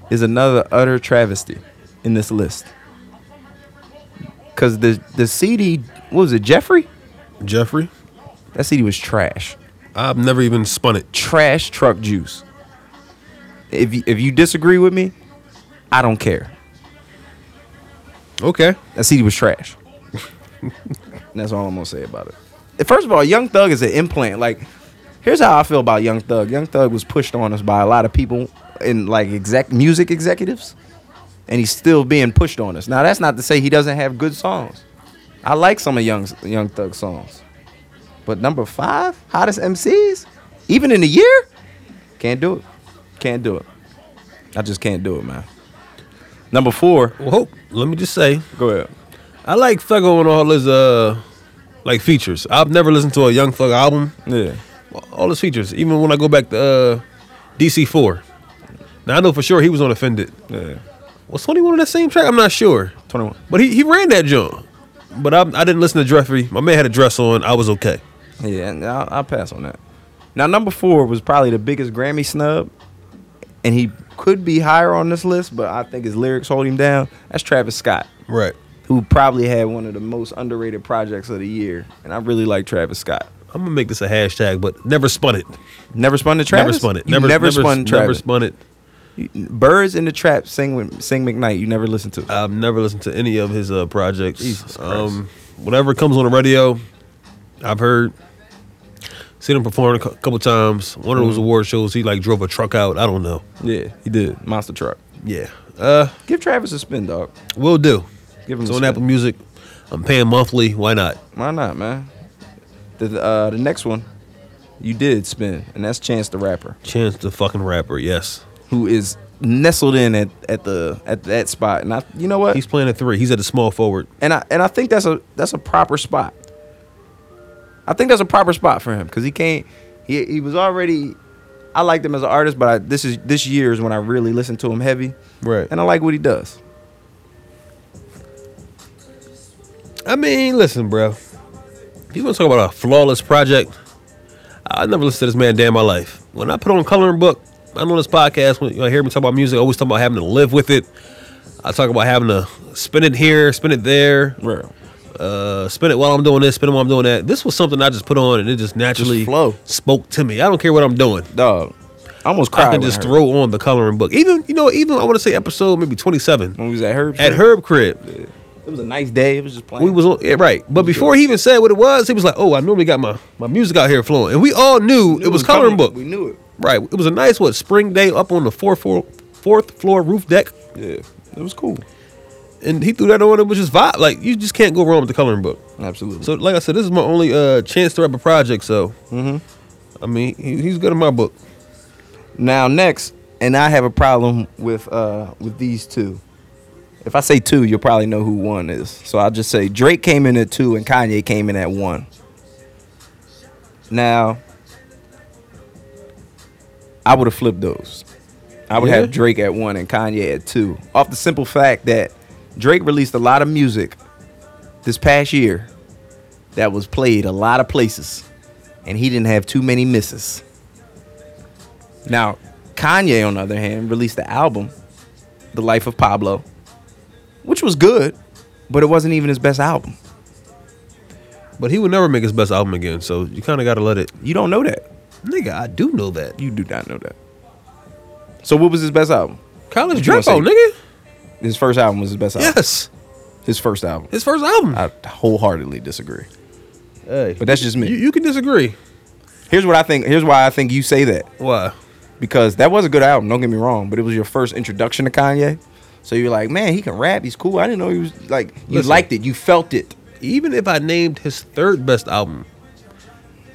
is another utter travesty in this list. Cause the the CD, what was it, Jeffrey?
Jeffrey,
That CD was trash,
I've never even spun it.
trash truck juice. If you, if you disagree with me, I don't care.
Okay.
That CD was trash. And that's all I'm gonna say about it. First of all, Young Thug is an implant. Like, here's how I feel about Young Thug. Young Thug was pushed on us by a lot of people in like exec music executives, and he's still being pushed on us. Now, that's not to say he doesn't have good songs. I like some of Young Young Thug songs, but number five, hottest MCs, even in the year, can't do it. Can't do it. I just can't do it, man. Number four,
Well, hope. Let me just say,
go ahead.
I like Thuggo on all his uh, like features. I've never listened to a Young Thug album.
Yeah.
all his features. Even when I go back to uh, DC4. Now I know for sure he was on Offended.
Yeah.
Was 21 on that same track? I'm not sure.
21.
But he, he ran that jump. But I, I didn't listen to Jeffrey. My man had a dress on. I was okay.
Yeah, and I'll, I'll pass on that. Now, number four was probably the biggest Grammy snub, and he could be higher on this list, but I think his lyrics hold him down. That's Travis Scott,
Right.
who probably had one of the most underrated projects of the year, and I really like Travis Scott.
I'm gonna make this a hashtag, but never spun it.
Never spun the Travis.
Never spun it.
You
Never,
never, spun
Never
Travis.
spun it.
Birds in the trap. Sing with Sing McKnight. You never listened to.
I've never listened to any of his uh, projects.
Jesus Christ.
Um, whatever comes on the radio, I've heard. Seen him perform a cou- couple times. One of those award shows, he like drove a truck out. I don't know.
yeah, Mm-hmm. he did. Monster Truck.
Yeah. Uh,
Give Travis a spin, dog.
will do.
Give him
It's
a
on
spin.
Apple Music. I'm paying monthly. Why not?
Why not, man? The uh, the next one, you did spin, and that's Chance the Rapper.
Chance the fucking rapper. Yes.
who is nestled in at, at the at that spot. And I you know what?
He's playing at three. He's at the small forward.
and I and I think that's a that's a proper spot. I think that's a proper spot for him because he can't. He he was already. I liked him as an artist, but I, this is this year is when I really listened to him heavy,
Right.
and I like what he does.
I mean, listen, bro. If you want to talk about a flawless project, I never listened to this man a day in my life. When I put on coloring book, I'm on this podcast. When you hear me talk about music, I always talk about having to live with it. I talk about having to spin it here, spin it there,
Real.
uh, spin it while I'm doing this, spin it while I'm doing that. This was something I just put on, and it just naturally
flow.
spoke to me. I don't care what I'm doing.
Dog, I almost cried.
I can
when
just
heard it.
throw on the coloring book. Even you know, even I want to say episode maybe 27
when we was at Herb's.
at Herb Crib.
it was a nice day. It was just playing.
We was on yeah, right, but before he even said what it was, he was like, "Oh, I normally got my my music out here flowing," and we all knew, it was coloring
coming.
book.
We knew it.
Right, it was a nice what spring day up on the fourth floor, fourth floor roof deck,
Yeah, it was cool.
and he threw that on. It was just vibe. Like you just can't go wrong with the coloring book.
Absolutely.
So, like I said, this is my only uh chance to rap a project. So, I mean, he, he's good in my book.
Now next, and I have a problem with uh with these two. If I say two, you'll probably know who one is. So I'll just say Drake came in at two and Kanye came in at one. Now I would have flipped those. I would
Yeah.
have Drake at one and Kanye at two. Off the simple fact that Drake released a lot of music this past year that was played a lot of places. And he didn't have too many misses. Now, Kanye, on the other hand, released the album, The Life of Pablo, which was good, but it wasn't even his best album.
But he would never make his best album again. So you kind of got to let it.
You don't know that.
Nigga, I do know that.
You do not know that. So, what was his best album?
College
You wanna
dropout,
say-
nigga.
His first album was his best album.
Yes,
His first album.
his first album.
I wholeheartedly disagree.
Hey,
But that's just me.
You, you can disagree.
Here's what I think. Here's why I think you say that.
Why?
because that was a good album. Don't get me wrong, but it was your first introduction to Kanye. So you're like, man, he can rap. He's cool. I didn't know he was like. You
Listen.
liked it. You felt it.
Even if I named his third best album,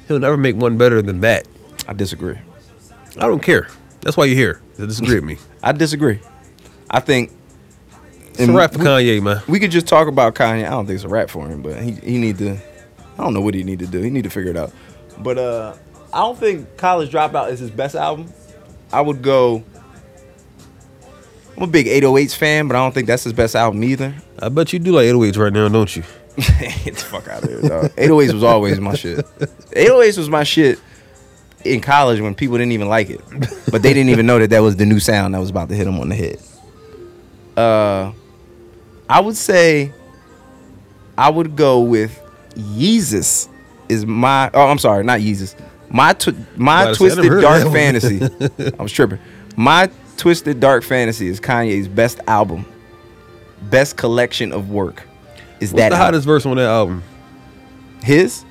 He'll never make one better than that.
I disagree.
I don't care. That's why you're here. To disagree with me.
I disagree. I think
It's a
And
wrap for
we-
Kanye, man.
we could just talk about Kanye. I don't think it's a rap for him, but he, he need to. I don't know what he need to do. He need to figure it out. But uh, I don't think College Dropout is his best album. I would go. I'm a big 808s fan, but I don't think that's his best album either.
I bet you do like 808s right now, don't you?
Get the fuck out of here, dog. 808s was always my shit. 808s was my shit in college when people didn't even like it, but they didn't even know that that was the new sound that was about to hit them on the head. Uh, I would say I would go with Yeezus is my. Oh, I'm sorry, not Yeezus. My tw- my
About to say, I never
twisted
heard of that
dark
one.
fantasy. I was tripping. My twisted dark fantasy is Kanye's best album, best collection of work. Is
What's
that
the
album.
hottest verse on that album?
His?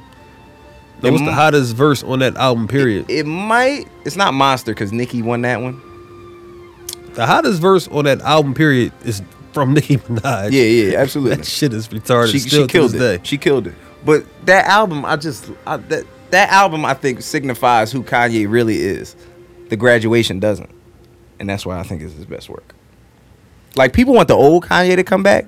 No, what's
Mm.
the hottest verse on that album, period?
It might. It's not Monster because Nicki won that one.
the hottest verse on that album, period, is from Nicki Minaj.
Yeah, yeah, absolutely.
That shit is retarded.
she,
still
she killed
to
it.
this Day.
She killed it. But that album, I just I, that that album, I think signifies who Kanye really is. The graduation doesn't, and that's why I think it's his best work. Like people want the old Kanye to come back.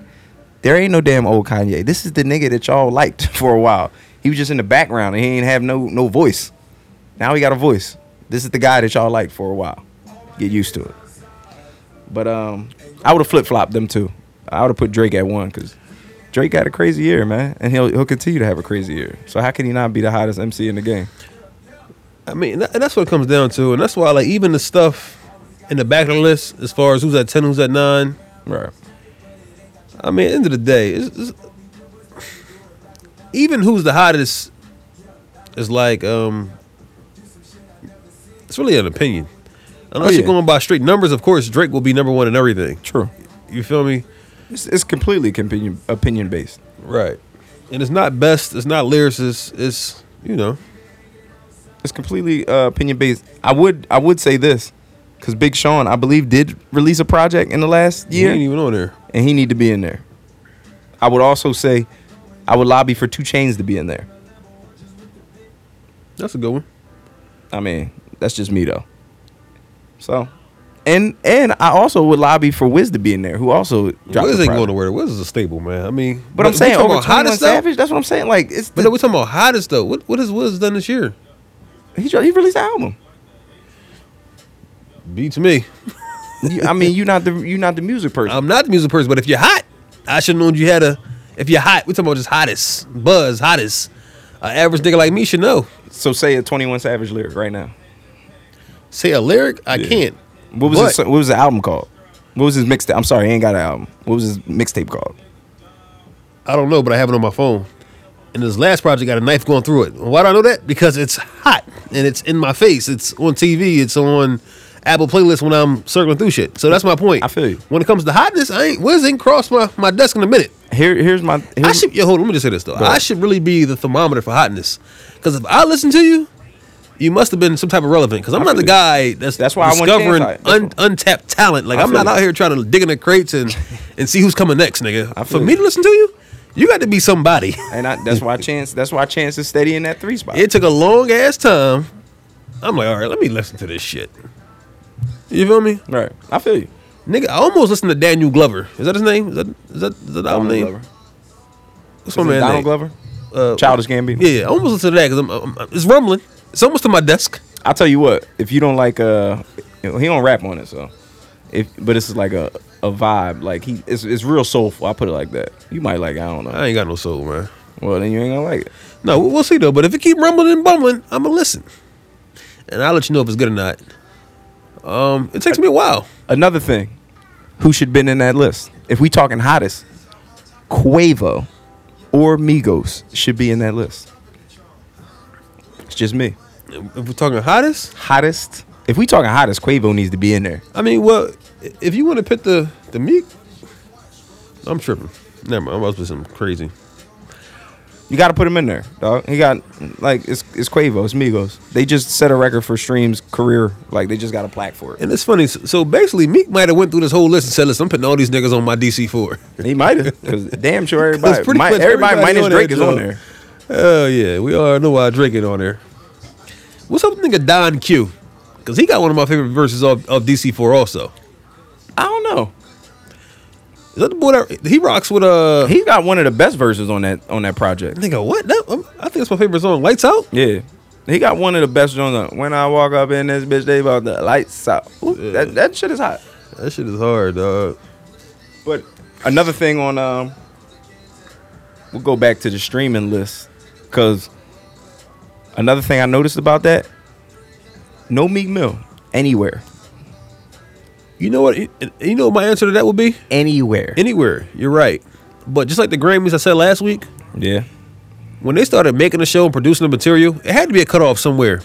There ain't no damn old Kanye. This is the nigga that y'all liked for a while. He was just in the background and he ain't have no no voice. Now he got a voice. This is the guy that y'all liked for a while. Get used to it. But um, I would have flip flopped them two. I would have put Drake at one because Drake got a crazy year, man, and he'll he'll continue to have a crazy year. So how can he not be the hottest MC in the game?
I mean, that, that's what it comes down to, and that's why, like, even the stuff in the back of the list, as far as who's at ten, who's at nine.
Right.
I mean, at the end of the day, it's, it's, even who's the hottest is like, um, it's really an opinion. Unless
Oh, yeah.
you're going by straight numbers, of course, Drake will be number one in everything.
True.
You feel me?
It's, it's completely opinion opinion based.
Right. And it's not best. It's not lyricist. It's you know.
It's completely uh, opinion based. I would I would say this because Big Sean, I believe, did release a project in the last
He
year,
ain't e- even on there.
and he need to be in there. I would also say, I would lobby for Two Chains to be in there.
That's a good one.
I mean, that's just me though. So, and and I also would lobby for Wiz to be in there, who also dropped
Wiz
a
ain't
project.
going nowhere. Wiz is a staple, man. I mean,
But, I'm
we
saying
talking
over
about
21
hottest stuff.
Savage. That's what I'm saying. Like it's
But
the-
no, we're talking about hottest though. What what has Wiz done this year?
he, dro- he released the album.
Beats me.
You- I mean, you're not the you're not the music person.
I'm not the music person, but if you're hot, I should have known you had a. If you're hot, we're talking about just hottest buzz, hottest. An average nigga like me should know.
so say a 21 Savage lyric right now.
Say a lyric, I can't.
What was
But-
his, what was the album called? What was his mixtape? I'm sorry, he ain't got an album. What was his mixtape called?
I don't know, but I have it on my phone. And this last project got a knife going through it. Why do I know that? Because it's hot and it's in my face. It's on TV. It's on Apple playlist when I'm circling through shit. So that's my point.
I feel you.
When it comes to hotness, I ain't Wiz ain't crossed my, my desk in a minute.
Here here's my here's,
I should yo hold. on, Let me just say this though.
Hmm? ahead.
I should really be the thermometer for hotness. Because if I listen to you, you must have been some type of relevant. Because I'm
I
not
feel
the
you.
guy that's
That's why I went
discovering
Kansai. That's
un, untapped talent. Like
I
I'm
feel
not
you.
out here trying to dig in the crates and and see who's coming next, nigga.
feel
For me
you.
to listen to you, you got to be somebody.
and I, that's why Chance that's why Chance is steady in that three spot.
It took a long ass time. I'm like, all right, let me listen to this shit. You feel me,
right. I feel you.
nigga? I almost listened to Daniel Glover. Is that his name? Is that is that, is that the album
Donald
name?
Glover.
What's my
Is it
man
Donald
name?
Glover.
Uh,
Childish Gambino.
Yeah, I almost listen to that because I'm, I'm, I'm- it's rumbling. It's almost to my desk.
I'll tell you what, if you don't like uh you know, he don't rap on it, so if but it's like a a vibe. Like he it's it's real soulful. I put it like that. You might like, I don't know.
I ain't got no soul, man.
Well then you ain't gonna like it.
No, we- we'll see though. But if it keep rumbling and bumbling, I'ma listen, and I'll let you know if it's good or not. Um, it takes me a while.
Another thing, who should been in that list? If we talking hottest, Quavo or Migos should be in that list. It's just me.
If we're talking hottest,
Hottest. If we talking hottest, Quavo needs to be in there.
I mean, well, i- if you want to pick the the meek, I'm tripping. Never mind. I'm about to do something crazy.
You got to put him in there, dog. He got like it's it's Quavo, it's Migos. They just set a record for streams career. Like they just got a plaque for it.
And it's funny. So, so basically, Meek might have went through this whole list and said, "Listen, I'm putting all these niggas on my DC 4
He might have, cause damn sure everybody,
pretty
mi-
much
everybody,
everybody
minus
on
Drake
that
is on
joint.
there.
Oh yeah, we all know why Drake ain't on there. What's up, with nigga Don Q? Cause he got one of my favorite verses of, of DC4 also.
I don't know.
Is that the boy that he rocks with uh
He got one of the best verses on that on that project.
nigga what? That, um, I think it's my favorite song. Lights out.
Yeah. He got one of the best joints. on. When I walk up in this bitch, they about the lights out. Ooh, that, that shit is hot.
That shit is hard, dog.
But another thing on um, we'll go back to the streaming list because another thing I noticed about that, no Meek Mill anywhere,
You know what? You know what my answer to that would be
anywhere.
anywhere. You're right. But just like the Grammys, I said last week,
yeah,
when they started making the show and producing the material, it had to be a cutoff somewhere.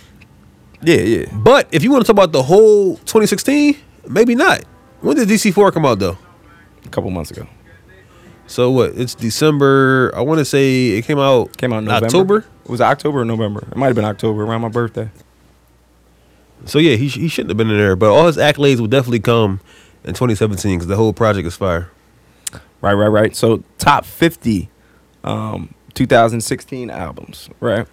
yeah, yeah.
But if you want to talk about the whole 2016, maybe not. When did DC4 come out though?
A couple months ago,
So what? It's December. I want to say it came out.
came out in
in
November.
October.
Was it October or November? It might have been October around my birthday.
So yeah, he, sh- he shouldn't have been in there. But all his accolades will definitely come in 2017 because the whole project is fire.
Right, right, right. So top fifty, um, 2016 albums. Right.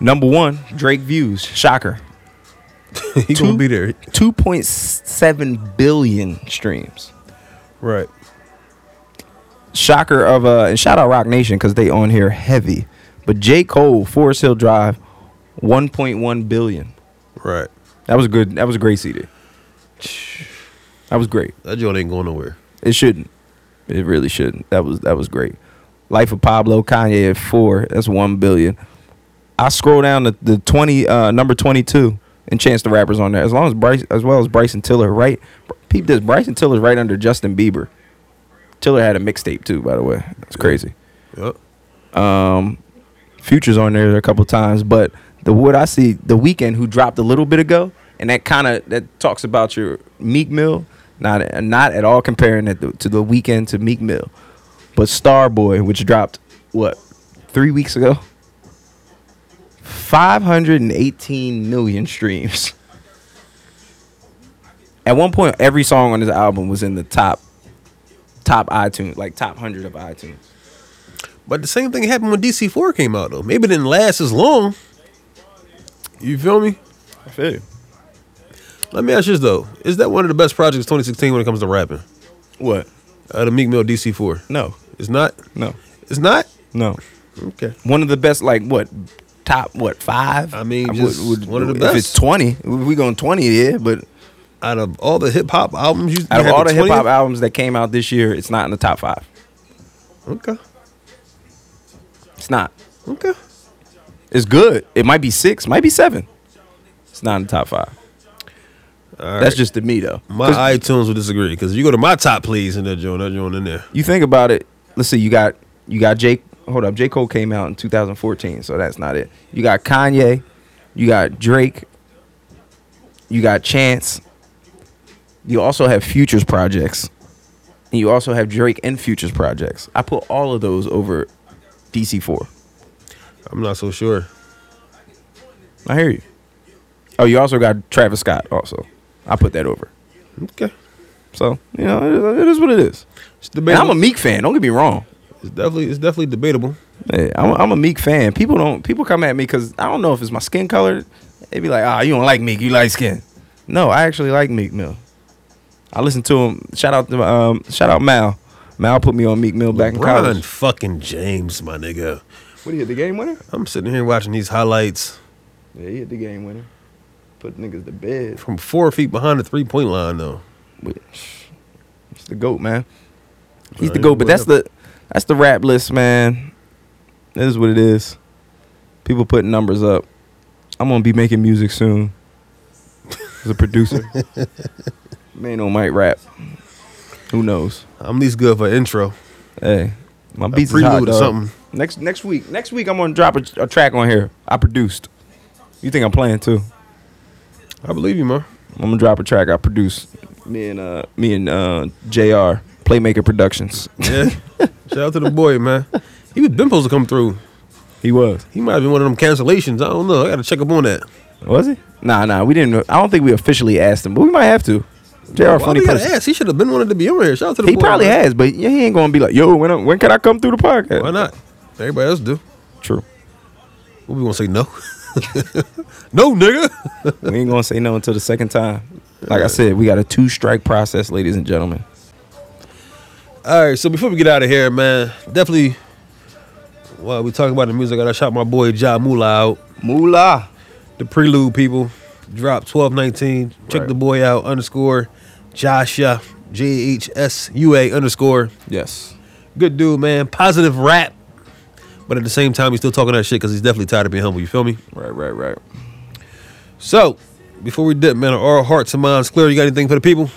Number one, Drake views. Shocker.
he
Two-
gonna be there.
2.7 billion streams.
Right.
Shocker of uh and shout out Rock Nation because they on here heavy. But J. Cole, Forest Hill Drive, 1.1 billion.
Right.
That was good. That was a great CD. That was great.
That joint ain't going nowhere.
It shouldn't. It really shouldn't. That was that was great. Life of Pablo, Kanye at four. That's one billion. I scroll down to the twenty uh number twenty two and Chance the Rapper's on there. As long as Bryce as well as Bryson Tiller, right? Peep this Bryson Tiller's right under Justin Bieber. Tiller had a mixtape too, by the way. That's crazy.
Yep.
Future's on there a couple times, but the what I see, the weekend who dropped a little bit ago, and that kind of that talks about your Meek Mill, not not at all comparing it to, to the weekend to Meek Mill, but Starboy, which dropped what three weeks ago, five hundred and eighteen million streams. At one point, every song on this album was in the top top iTunes, like top hundred of iTunes.
But the same thing happened when DC4 came out though. Maybe it didn't last as long. You feel me?
I feel you.
Let me ask you this though: Is that one of the best projects 2016 when it comes to rapping?
What?
Uh, the Meek Mill DC4.
No,
It's not.
no,
It's not.
no.
Okay.
one of the best like what top what five
I mean, just one of the
if
best.
it's 20 we going 20 yeah but
Out of all the hip hop albums, you
out of
you had
all the hip
20th?
hop albums that came out this year it's not in the top five
Okay.
it's not
Okay.
it's good it might be six might be seven it's not in the top five that's just to me though
My
'Cause
iTunes will disagree because you go to my top plays and that joint, that joint in there.
you think about it let's see you got you got jake hold up j cole came out in 2014 so that's not it you got kanye you got drake you got chance you also have futures projects and you also have drake and futures projects i put all of those over dc4
I'm not so sure.
i hear you oh you also got travis scott also i put that over
Okay.
so you know it is, it is what it is
It's
and
debatable.
i'm a meek fan don't get me wrong
it's definitely it's definitely debatable.
Yeah, I'm, I'm a Meek fan. People don't people come at me because I don't know if it's my skin color. They be like, ah, you don't like Meek, you like skin. No, I actually like Meek Mill. I listen to him. Shout out to um, shout out Mal. Mal put me on Meek Mill back in
Brian
college.
fucking James, my nigga.
What he hit the game winner?
I'm sitting here watching these highlights
Yeah, he hit the game winner. Put niggas to bed.
from four feet behind the three point line though.
He's the goat, man. He's the
Alright,
goat. But that's
whatever.
the that's the rap list, man. That is what it is. People putting numbers up. I'm gonna be making music soon. As a producer, man, on might rap. Who knows?
I'm at least good for intro.
Hey, my beats is
prelude
hot,
or
dog.
something.
Next next week, next week I'm gonna drop a, a track on here. I produced. You think I'm playing too?
I believe you, man.
I'm gonna drop a track I produced. Me and uh, me and uh, Jr. Playmaker Productions.
Yeah. Shout out to the boy, man. He was been supposed to come through.
He was.
He might have been one of them cancellations. I don't know. I gotta check up on that.
Was he? Nah, nah. We didn't. I don't think we officially asked him, but we might have to. Jr. a
Why
funny
we gotta
person.
ask? He should have been wanted to be on here. Shout out to the
He
boy.
probably
man.
has, but yeah, he ain't gonna be like, yo, when when can I come through the podcast?
Why not? Everybody else do.
True.
What we gonna say? No, no, nigga.
we ain't gonna say no until the second time. Like I said, we got a two strike process, ladies and gentlemen.
All right, so before we get out of here, man, definitely. While we talking about the music, I gotta shout my boy Ja Mula out.
Moolah.
The Prelude people drop twelve nineteen. Check
Right.
the boy out underscore Joshua J H S U A underscore.
Yes.
Good dude, man. Positive rap, but at the same time, he's still talking that shit because he's definitely tired of being humble. You feel me?
Right, right, right.
So, before we dip, man, are our hearts and minds clear? You got anything for the people?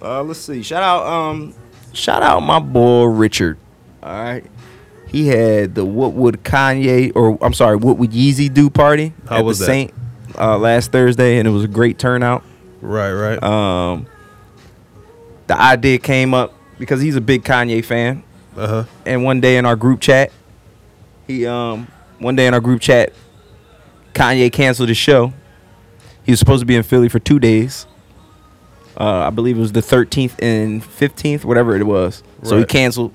Uh, let's see. Shout out, um, shout out my boy Richard. All right, he had the what would Kanye or I'm sorry, what would Yeezy do party
How
at
was
the
that?
Saint uh, last Thursday, and it was a great turnout.
Right, right.
Um, the idea came up because he's a big Kanye fan,
Uh huh.
and one day in our group chat, he um, one day in our group chat, Kanye canceled his show. He was supposed to be in Philly for two days. Uh, I believe it was the 13th and 15th, whatever it was. So he
Right.
canceled.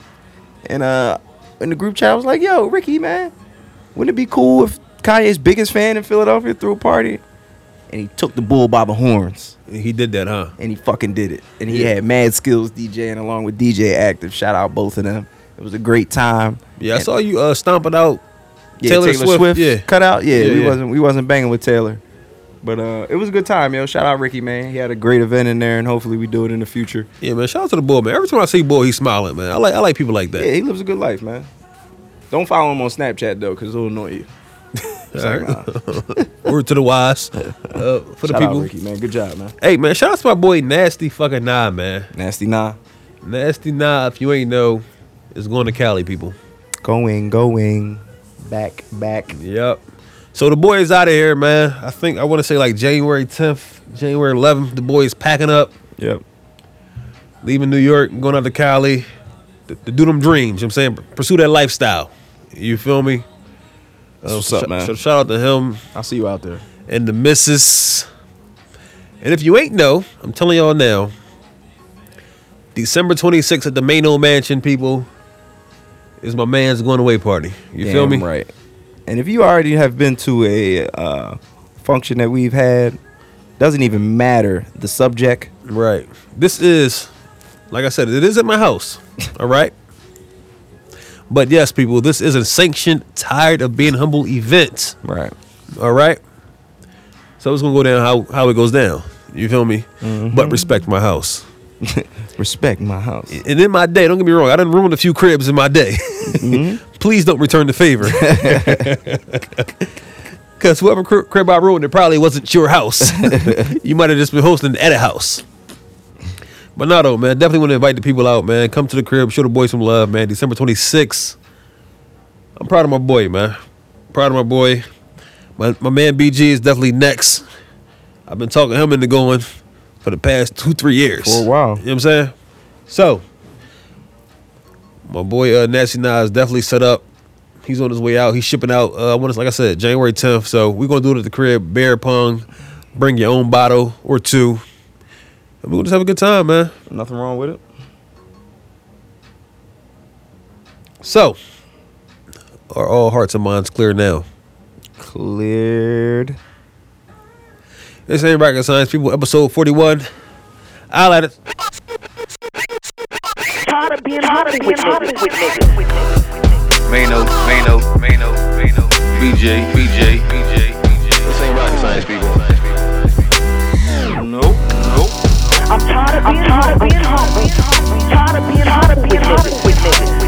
And uh, in the group chat, I was like, "Yo, Ricky, man, wouldn't it be cool if Kanye's biggest fan in Philadelphia threw a party?" And he took the bull by the horns
He did that, huh?
and he fucking did it. And he
Yeah.
had mad skills DJing along with DJ Active. Shout out both of them. It was a great time.
Yeah, I
And-
saw you uh, stomping out
yeah,
Taylor, Swift. Yeah.
cut out. Yeah,
Yeah,
we
yeah.
wasn't we wasn't banging with Taylor, but uh, it was a good time, yo. Shout out Ricky, man. He had a great event in there, and hopefully we do it in the future.
Yeah, man. Shout out to the boy, man. Every time I see boy, he's smiling, man. I like I like people like
Yeah,
that.
he lives a good life, man. Don't follow him on Snapchat though, cause it'll annoy you. It's
All
like,
right.
nah.
Word to the wise. Uh, for the
Shout out
people.
Ricky, man. Good job, man.
Hey man, shout out to my boy Nasty fucking Nah, man.
Nasty nah.
Nasty Nah, if you ain't know, is going to Cali, people.
Going, going, back, back.
Yep. So the boy is out of here, man. I think I want to say like January 10th, January 11th. The boy is packing up,
Yep.
leaving New York, going out to Cali to, to do them dreams. You know what I'm saying pursue that lifestyle. You feel me? Uh,
That's what's up,
sh-
man.
sh- shout out to him.
I'll see you out there.
and the missus. And if you ain't know, I'm telling y'all now. December 26th at the Mano Mansion, people, is my man's going away party. You feel
Damn
me?
Right. And if you already have been to a uh, function that we've had, doesn't even matter the subject.
Right. This is, like I said, it is at my house. All right. But yes, people, this is a sanctioned, tired of being humble event.
Right.
All right. So it's gonna go down how how it goes down. You feel me? But respect my house.
Respect my house.
and in my day, don't get me wrong, I done ruined a few cribs in my day. Please don't return the favor. Because whoever cri- crib I ruined, it probably wasn't your house. you might have just been hosting at a house. But not though, man. Definitely want to invite the people out, man. Come to the crib, show the boys some love, man. December 26th. I'm proud of my boy, man. Proud of my boy. My, my man BG is definitely next. I've been talking him into going for the past two, three years.
For a while.
You know what I'm saying? So, my boy uh, Nasty Nas is definitely set up. He's on his way out. He's shipping out. Uh, I want to, like I said, January 10th. So we're gonna do it at the crib. Bear pong. Bring your own bottle or two. And we're gonna just have a good time, man.
Nothing wrong with it.
So, are all hearts and minds clear now?
Cleared.
This ain't rocket science, people. Episode 41. I'll at it.
Tired of being hot with niggas. With niggas. With niggas.
Mano, Mano, Mano, Mano, BJ, BJ, BJ, BJ. This ain't rocket science, people.
Nope.
I'm tired of being hot, being hot, tired of being hot, being hot with niggas.